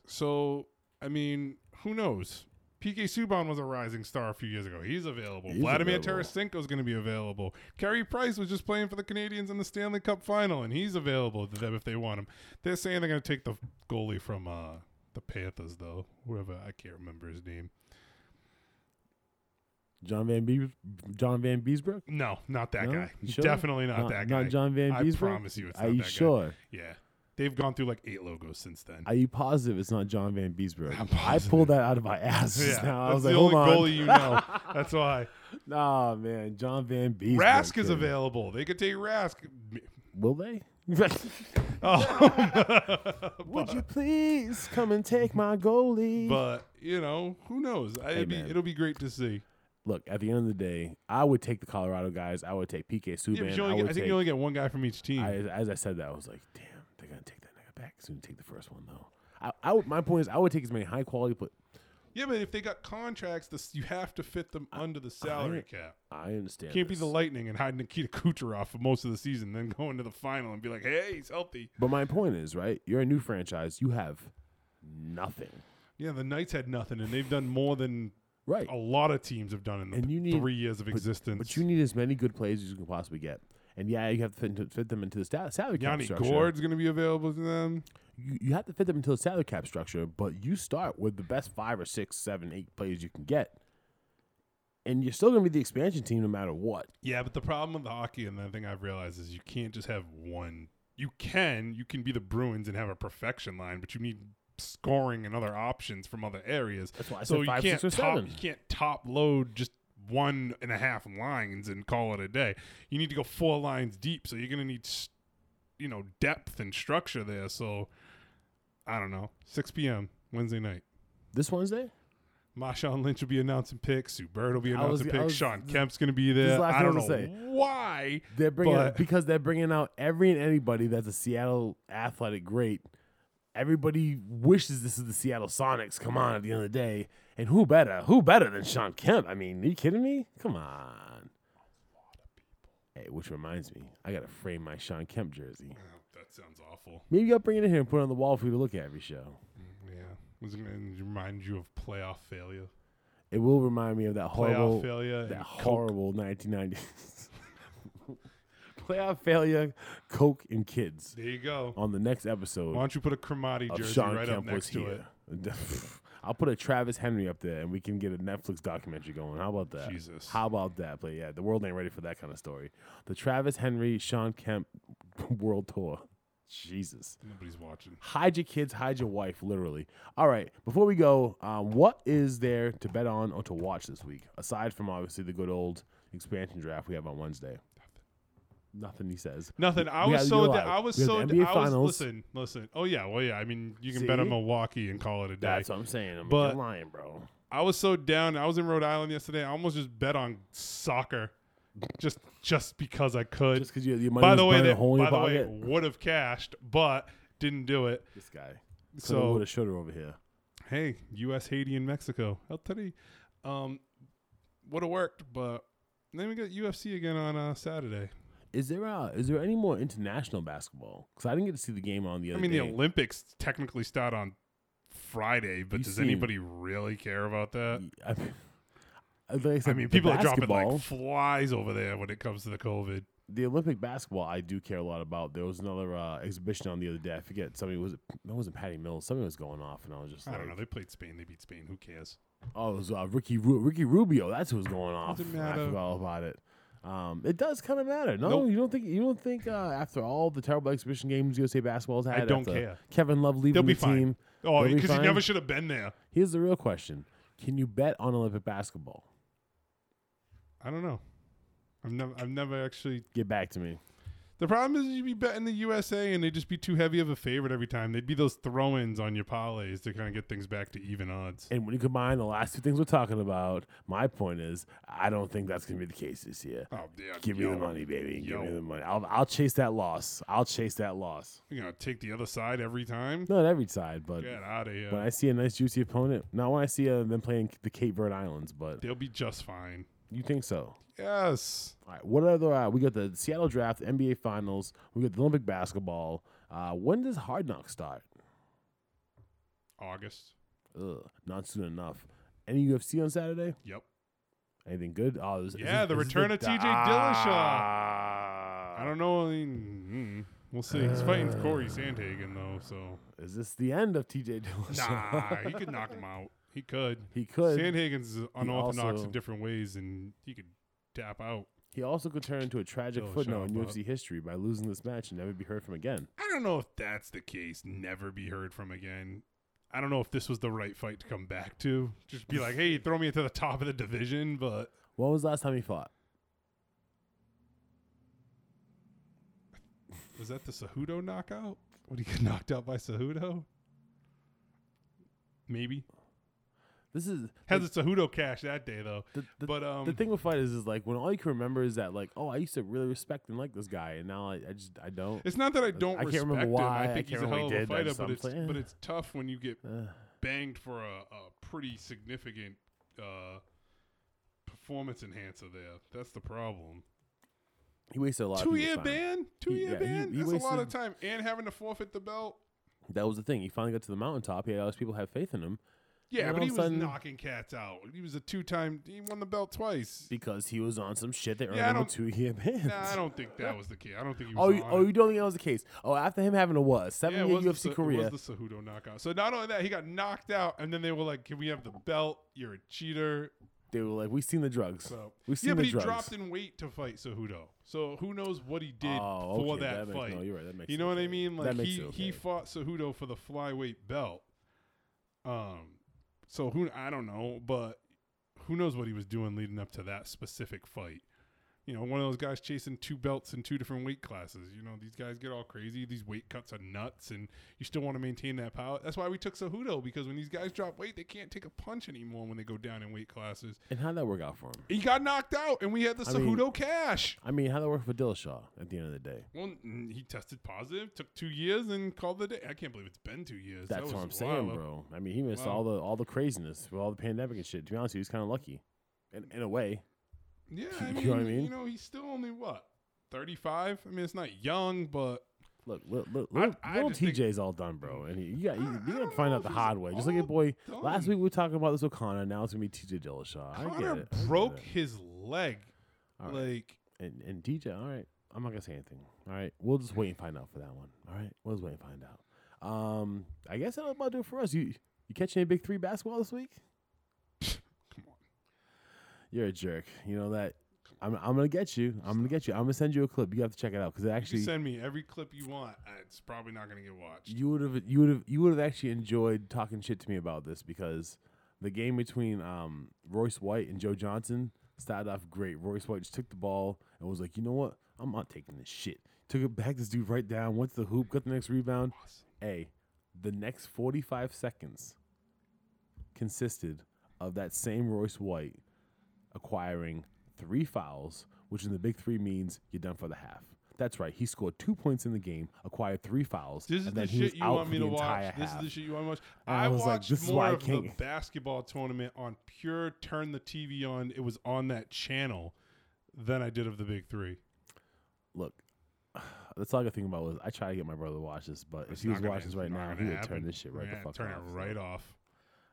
S7: so, I mean, who knows? PK Subban was a rising star a few years ago. He's available.
S6: He's
S7: Vladimir
S6: available.
S7: Tarasenko is going to be available. Carey Price was just playing for the Canadians in the Stanley Cup final, and he's available to them if they want him. They're saying they're going to take the goalie from uh, the Panthers, though. Whoever, I can't remember his name.
S6: John Van Bees, John Van Beesbrook.
S7: No, not that
S6: No?
S7: guy.
S6: You sure?
S7: Definitely not
S6: Not-
S7: that guy.
S6: not John Van
S7: I
S6: Beesbrook?
S7: promise you it's
S6: Are
S7: not
S6: you
S7: that guy.
S6: sure?
S7: Yeah. They've gone through like eight logos since then.
S6: Are you positive it's not John Van Beesbrook?
S7: I'm
S6: I pulled that out of my ass just now. I
S7: that's
S6: was
S7: the
S6: like, hold
S7: only
S6: on.
S7: goalie you know. That's why
S6: Nah, man, John Van Beesbrook.
S7: Rask is
S6: kid.
S7: available. They could take Rask.
S6: Will they?
S7: Oh,
S6: Would you please come and take my goalie?
S7: but you know who knows? I, it'd be,
S6: man.
S7: it'll be great to see.
S6: Look, at the end of the day, I would take the Colorado guys. I would take PK
S7: Yeah,
S6: Subban.
S7: but you
S6: I,
S7: only
S6: would
S7: get- I think
S6: take,
S7: you only get one guy from each team.
S6: I, as I said that, I was like, damn, they're gonna take that nigga back. Soon take the first one though. I, I would, my point is, I would take as many high quality. Put,
S7: Yeah, but if they got contracts, this, you have to fit them under the salary cap.
S6: I understand.
S7: Can't be
S6: this.
S7: the Lightning and hide Nikita Kucherov for most of the season, then go into the final and be like, "Hey, he's healthy."
S6: But my point is, right? You're a new franchise. You have nothing.
S7: Yeah, the Knights had nothing, and they've done more than
S6: Right.
S7: a lot of teams have done in the
S6: And you need-
S7: three years of existence.
S6: But you need as many good players as you can possibly get. And yeah, you have to fit, into, fit them into the sta- salary cap
S7: Yanni
S6: structure.
S7: Gord's going to be available to them.
S6: You, you have to fit them into the salary cap structure, but you start with the best five or six, seven, eight players you can get. And you're still going to be the expansion team no matter what.
S7: Yeah, but the problem with hockey and the thing I've realized is you can't just have one. You can, you can be the Bruins and have a perfection line, but you need scoring and other options from other areas.
S6: That's why I
S7: so
S6: said five,
S7: you can't
S6: six, or
S7: top,
S6: seven.
S7: You can't top load just one and a half lines and call it a day. You need to go four lines deep, so you're going to need, s- you know, depth and structure there. So, I don't know. 6 p.m. Wednesday night.
S6: This Wednesday?
S7: Marshawn Lynch will be announcing picks. Sue Bird will be
S6: I was-
S7: announcing
S6: I
S7: picks.
S6: was-
S7: Sean Kemp's going to be
S6: is
S7: there.
S6: the last
S7: I
S6: thing I
S7: don't know
S6: was gonna
S7: why.
S6: They're bringing
S7: But-
S6: because they're bringing out every and anybody that's a Seattle athletic great. Everybody wishes this is the Seattle Sonics. Come on, at the end of the day, and who better? Who better than Sean Kemp? I mean, are you kidding me? Come on. Hey, which reminds me, I gotta frame my Sean Kemp jersey.
S7: Oh, that sounds awful.
S6: Maybe I'll bring it in here and put it on the wall for you to look at every show.
S7: Yeah. Was it going to remind you of playoff failure?
S6: It will remind me of that
S7: Playoff
S6: horrible,
S7: failure.
S6: that
S7: and
S6: horrible 1990 playoff failure, Coke and kids.
S7: There you go.
S6: On the next episode,
S7: Why don't you put a Cremati
S6: Oh, of
S7: jersey
S6: Sean
S7: right up
S6: Kemp was
S7: next to it?
S6: here. I'll put a Travis Henry up there, and we can get a Netflix documentary going. How about that?
S7: Jesus.
S6: How about that? But yeah, the world ain't ready for that kind of story. The Travis Henry Sean Kemp World Tour. Jesus.
S7: Nobody's watching.
S6: Hide your kids, hide your wife, literally. All right, before we go, um, what is there to bet on or to watch this week aside from obviously the good old expansion draft we have on Wednesday? Nothing, he says.
S7: Nothing. I
S6: We
S7: was
S6: have-
S7: so.
S6: you're
S7: Da-
S6: live.
S7: I was
S6: We have
S7: so.
S6: the
S7: da-
S6: NBA
S7: I was
S6: finals.
S7: listen. Listen. Oh yeah. Well yeah. I mean, you can bet
S6: See?
S7: on Milwaukee and call it a day.
S6: That's what I'm saying. I'm
S7: But-
S6: you're lying, bro.
S7: I was so down. I was in Rhode Island yesterday. I almost just bet on soccer, just just because I could.
S6: Just because you, your money
S7: by
S6: was
S7: the way,
S6: burning a
S7: that,
S6: hole in
S7: by
S6: your
S7: the way,
S6: pocket.
S7: would have cashed, but didn't do it.
S6: This guy. So
S7: So
S6: would have should over here.
S7: hey, U.S., Haiti, and Mexico, El Tri, um, would have worked, but then we got UFC again on uh, Saturday.
S6: Is there uh, is there any more international basketball? Because I didn't get to see the game on the
S7: I
S6: other
S7: mean, the
S6: day.
S7: Olympics technically start on Friday, but
S6: You
S7: does
S6: seen-
S7: anybody really care about that?
S6: I mean, like I
S7: I
S6: said,
S7: mean,
S6: the
S7: people are dropping
S6: basketball,
S7: like flies over there when it comes to the COVID.
S6: the Olympic basketball. I do care a lot about. There was another uh, exhibition on the other day. I forget. Somebody was that wasn't Patty Mills. Somebody was going off, and I was just
S7: I
S6: like,
S7: don't know. They played Spain. They beat Spain. Who cares?
S6: oh, it was uh, Ricky Ru- Ricky Rubio. That's who was going off.
S7: Doesn't
S6: and I
S7: matter.
S6: forgot all about it. Um, it does kind of matter. No,
S7: Nope.
S6: you don't think you don't think uh, after all the terrible exhibition games USA basketball's had.
S7: don't
S6: after
S7: care.
S6: Kevin Love leaving
S7: They'll be
S6: the
S7: fine.
S6: team.
S7: Oh,
S6: They'll be
S7: because you
S6: fine.
S7: never should have been there.
S6: Here's the real question: Can you bet on Olympic basketball?
S7: I don't know. I've never, I've never actually.
S6: Get back to me.
S7: The problem is you'd be betting the USA and they'd just be too heavy of a favorite every time. They'd be those throw-ins on your parlays to kind of get things back to even odds.
S6: And when you combine the last two things we're talking about, my point is, I don't think that's gonna be the case this year.
S7: Oh, yeah.
S6: Give me
S7: yo,
S6: the money, baby. Give me
S7: yo.
S6: the money. I'll, I'll chase that loss. I'll chase that loss.
S7: You're gonna take the other side every time.
S6: Not every side, but
S7: Get out of here.
S6: when I see a nice juicy opponent, not when I see uh, them playing the Cape Verde Islands, but
S7: They'll be just fine.
S6: you think so?
S7: Yes.
S6: All right. What other? Uh, we got the Seattle Draft, NBA Finals. We got the Olympic basketball. Uh, when does Hard Knocks start?
S7: August.
S6: Ugh, not soon enough. Any UFC on Saturday?
S7: Yep.
S6: Anything good? Oh, is, is
S7: Yeah,
S6: this-
S7: the
S6: is this
S7: return of TJ
S6: Ah.
S7: I don't know. I mean, mm, we'll see. He's fighting
S6: Uh.
S7: Corey Sandhagen though, so
S6: Is this the end of TJ Dillashaw?
S7: nah, he could knock him out. He could.
S6: he could.
S7: Sandhagen's unorthodox
S6: also-
S7: in different ways, and he could tap out.
S6: he also could turn into a tragic
S7: Dillashaw,
S6: footnote in
S7: but-
S6: UFC history by losing this match and never be heard from again.
S7: I don't know if that's the case. Never be heard from again. I don't know if this was the right fight to come back to. Just be like, hey, throw me into the top of the division, but
S6: When was the last time he fought?
S7: was that the Cejudo knockout? When he get knocked out by Cejudo? Maybe.
S6: This is
S7: Has a Cejudo cash that day though.
S6: the, the,
S7: but um
S6: the thing with fight is, is like when all you can remember is that like, oh, I used to really respect and like this guy, and now I, I just I don't.
S7: it's not that I don't
S6: I can't
S7: respect
S6: remember
S7: him.
S6: why,
S7: I
S6: I
S7: think
S6: can't
S7: he's a
S6: remember
S7: hell
S6: what he
S7: of a
S6: did, I
S7: fighter,
S6: just-
S7: but
S6: I'm
S7: it's
S6: saying-
S7: but it's tough when you get
S6: Uh,
S7: banged for a, a pretty significant uh, performance enhancer there. That's the problem.
S6: He wasted a lot.
S7: Two
S6: of
S7: year
S6: people's time.
S7: ban, two
S6: He- yeah,
S7: year
S6: he-
S7: ban.
S6: he
S7: That's a lot
S6: wasted-
S7: of time, and having to forfeit the belt.
S6: That was the thing. He finally got to the mountaintop. He had all these people have faith in him
S7: Yeah,
S6: And
S7: but
S6: all
S7: he
S6: of a
S7: was
S6: sudden-
S7: knocking cats out. He was a two time. He won the belt twice.
S6: because he was on some shit that earned
S7: Yeah, I
S6: him a
S7: don't-
S6: two year ban.
S7: Nah, I don't think that was the key. I don't think he was.
S6: Oh, you,
S7: on
S6: oh,
S7: it.
S6: you don't think that was the case? Oh, after him having a what
S7: Yeah,
S6: seven
S7: it
S6: year
S7: was the
S6: UFC
S7: Sa-
S6: career,
S7: It was the Cejudo knockout. So not only that, he got knocked out, and then they were like, "Can we have the belt? You're a cheater."
S6: they were like, "We've seen the drugs.
S7: So
S6: We've seen
S7: yeah, but
S6: the
S7: he
S6: drugs."
S7: dropped in weight to fight Cejudo. So who knows what he did
S6: Oh,
S7: for
S6: okay, that
S7: that,
S6: makes-
S7: fight?
S6: no, you're right, that makes
S7: you know
S6: it
S7: what I
S6: okay.
S7: mean?
S6: That
S7: Like
S6: makes
S7: he
S6: it okay.
S7: he fought Cejudo for the flyweight belt. Um, so who I don't know, but who knows what he was doing leading up to that specific fight? You know, one of those guys chasing two belts in two different weight classes. You know, these guys get all crazy. These weight cuts are nuts, and you still want to maintain that power. That's why we took Cejudo because when these guys drop weight, they can't take a punch anymore when they go down in weight classes.
S6: and how'd that work out for him?
S7: He got knocked out, and we had the
S6: I mean-
S7: Cejudo cash.
S6: I mean, how'd that work for Dillashaw at the end of the day?
S7: Well, n- he tested positive, took two years, and called the day. I can't believe it's been two years.
S6: That's
S7: that
S6: what I'm
S7: was a while
S6: saying,
S7: ago.
S6: bro. I mean, he missed
S7: Wow.
S6: all the all the craziness with all the pandemic and shit. To be honest, with you, he's kind of lucky, in, in a way.
S7: Yeah, I mean,
S6: You know what I mean?
S7: you know, he's still only what thirty five. I mean, it's not young, but
S6: Look, look, look,
S7: I-
S6: little,
S7: I
S6: little
S7: just think-
S6: TJ's all done, bro, and he, you got
S7: I-
S6: you,
S7: I
S6: you got
S7: don't
S6: to find
S7: know
S6: out
S7: if
S6: the
S7: he's
S6: hard way. Just like your
S7: all
S6: boy.
S7: done.
S6: Last week we were talking about this O'Connor. Now it's gonna be TJ Dillashaw. I get
S7: Connor
S6: it. I get
S7: broke
S6: it.
S7: his leg.
S6: All right.
S7: Like,
S6: and and DJ. All right, I'm not gonna say anything. All right, we'll just wait and find out for that one. All right, we'll just wait and find out. Um, I guess that'll about do it for us. You you catching any big three basketball this week?
S7: come on.
S6: You're a jerk. You know that. I'm I'm gonna get you. I'm gonna get you. I'm gonna send you a clip. You have to check it out because it
S7: You
S6: actually
S7: send me every clip you want. uh, It's probably not going to get watched.
S6: you would have you would have you would have actually enjoyed talking shit to me about this because the game between um, Royce White and Joe Johnson started off great. Royce White just took the ball and was like, you know what, I'm not taking this shit. Took it back this dude right down, went to the hoop, got the next rebound. Hey, the next 45 seconds consisted of that same Royce White acquiring three fouls, which in the big three means you're done for the half. That's right. He scored two points in the game, acquired three fouls,
S7: This is
S6: and
S7: the
S6: then he
S7: shit
S6: was
S7: you
S6: out
S7: want
S6: for
S7: me
S6: the
S7: to watch.
S6: entire
S7: This is
S6: half.
S7: the shit you want me to watch.
S6: And
S7: I,
S6: I was
S7: watched
S6: like, this is
S7: more
S6: why I
S7: of the
S6: can't-
S7: basketball tournament on pure turn the TV on. It was on that channel than I did of the big three.
S6: Look, that's all I could think about was I try to get my brother to watch this, but if
S7: It's
S6: he was
S7: not gonna-
S6: watching this
S7: it's
S6: right
S7: not
S6: now,
S7: gonna
S6: he would
S7: happen.
S6: turn this shit right
S7: Yeah,
S6: the fuck
S7: turn
S6: off.
S7: it right off.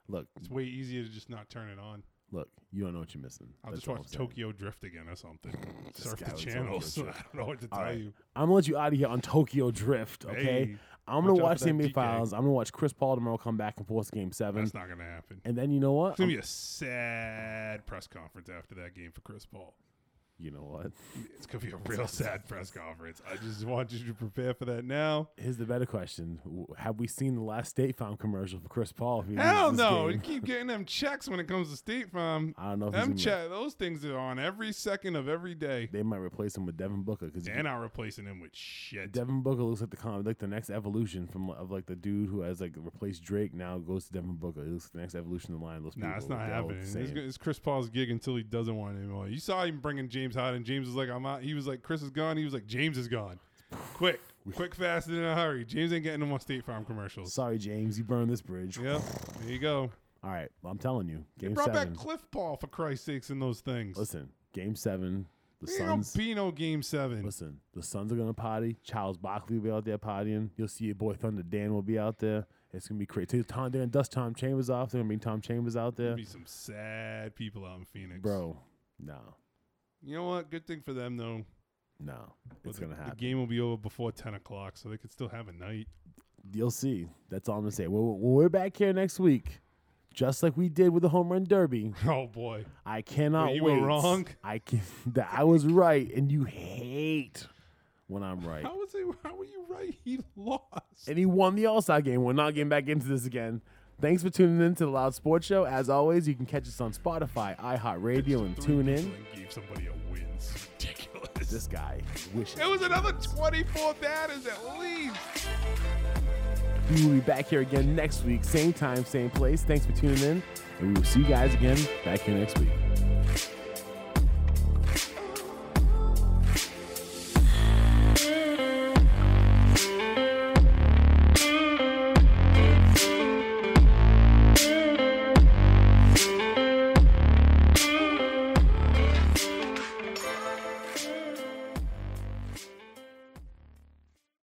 S6: Look,
S7: It's way easier to just not turn it on.
S6: look, you don't know what you're missing.
S7: I'll
S6: That's
S7: just
S6: all I'm
S7: watch
S6: saying.
S7: Tokyo Drift again or something.
S6: This
S7: Surf
S6: guy
S7: the
S6: was on Tokyo
S7: channel, so I
S6: Drift.
S7: don't know what to
S6: All
S7: tell
S6: right.
S7: you.
S6: I'm gonna let you out of here on Tokyo Drift, okay?
S7: Hey,
S6: I'm gonna
S7: watch out
S6: watch
S7: for
S6: the
S7: that
S6: NBA
S7: DK.
S6: Finals. I'm gonna watch Chris Paul tomorrow come back and forth Game Seven,
S7: That's not going to happen.
S6: and then you know what?
S7: It's going
S6: I'm-
S7: to be a sad press conference after that game for Chris Paul.
S6: you know what?
S7: It's gonna be a real sad press conference. I just want you to prepare for that now.
S6: Here's the better question: W- Have we seen the last State Farm commercial for Chris Paul? If he loses
S7: Hell
S6: this
S7: no! You
S6: game?
S7: keep getting them checks when it comes to State Farm.
S6: I don't know if he's
S7: Them
S6: gonna-
S7: check, those things are on every second of every day.
S6: They might replace him with Devin Booker because
S7: They're not replacing them with shit.
S6: Devin Booker looks like the con- like the next evolution from of like the dude who has like replaced Drake now goes to Devin Booker. It looks like the next evolution of the line. Those
S7: nah,
S6: people,
S7: it's not
S6: They all look
S7: happening.
S6: the
S7: It's,
S6: same.
S7: go- it's Chris Paul's gig until he doesn't want it anymore. You saw him bringing James Harden. James was like, "I'm out." He was like, "Chris is gone." He was like, "James is gone." Quick, quick, fast, and in a hurry. James ain't getting no more State Farm commercials.
S6: Sorry, James, you burned this bridge.
S7: Yep, there you go.
S6: All right, well, I'm telling you, game
S7: Brought
S6: seven.
S7: back Cliff Paul for Christ's sakes in those things.
S6: Listen, game seven. The
S7: There ain't
S6: Suns.
S7: no be no game seven.
S6: Listen, the Suns are gonna potty. Charles Barkley will be out there pottying. You'll see your boy Thunder Dan will be out there. It's gonna be crazy. Tom Dan dust Tom Chambers off. They're gonna bring Tom Chambers out there,
S7: There'll be some sad people out in Phoenix,
S6: bro. No,
S7: You know what? Good thing for them though.
S6: no,
S7: But
S6: it's
S7: the-
S6: gonna happen.
S7: The game will be over before ten o'clock, so they could still have a night.
S6: You'll see. That's all I'm gonna say. When, when we're back here next week, just like we did with the home run derby,
S7: Oh boy,
S6: I cannot
S7: Wait, you were
S6: wait.
S7: wrong?
S6: I can. That I was right, and you hate when I'm right.
S7: how was he? How were you right? He lost.
S6: and he won the All Star game. We're not getting back into this again. Thanks for tuning in to the Loud Sports Show. As always, you can catch us on Spotify, iHeartRadio, and
S7: Three
S6: tune
S7: people
S6: in.
S7: and Gave somebody a win. It's ridiculous.
S6: This guy wishes
S7: it was another twenty-four batters at least.
S6: we will be back here again next week, same time, same place. Thanks for tuning in, and we will see you guys again back here next week.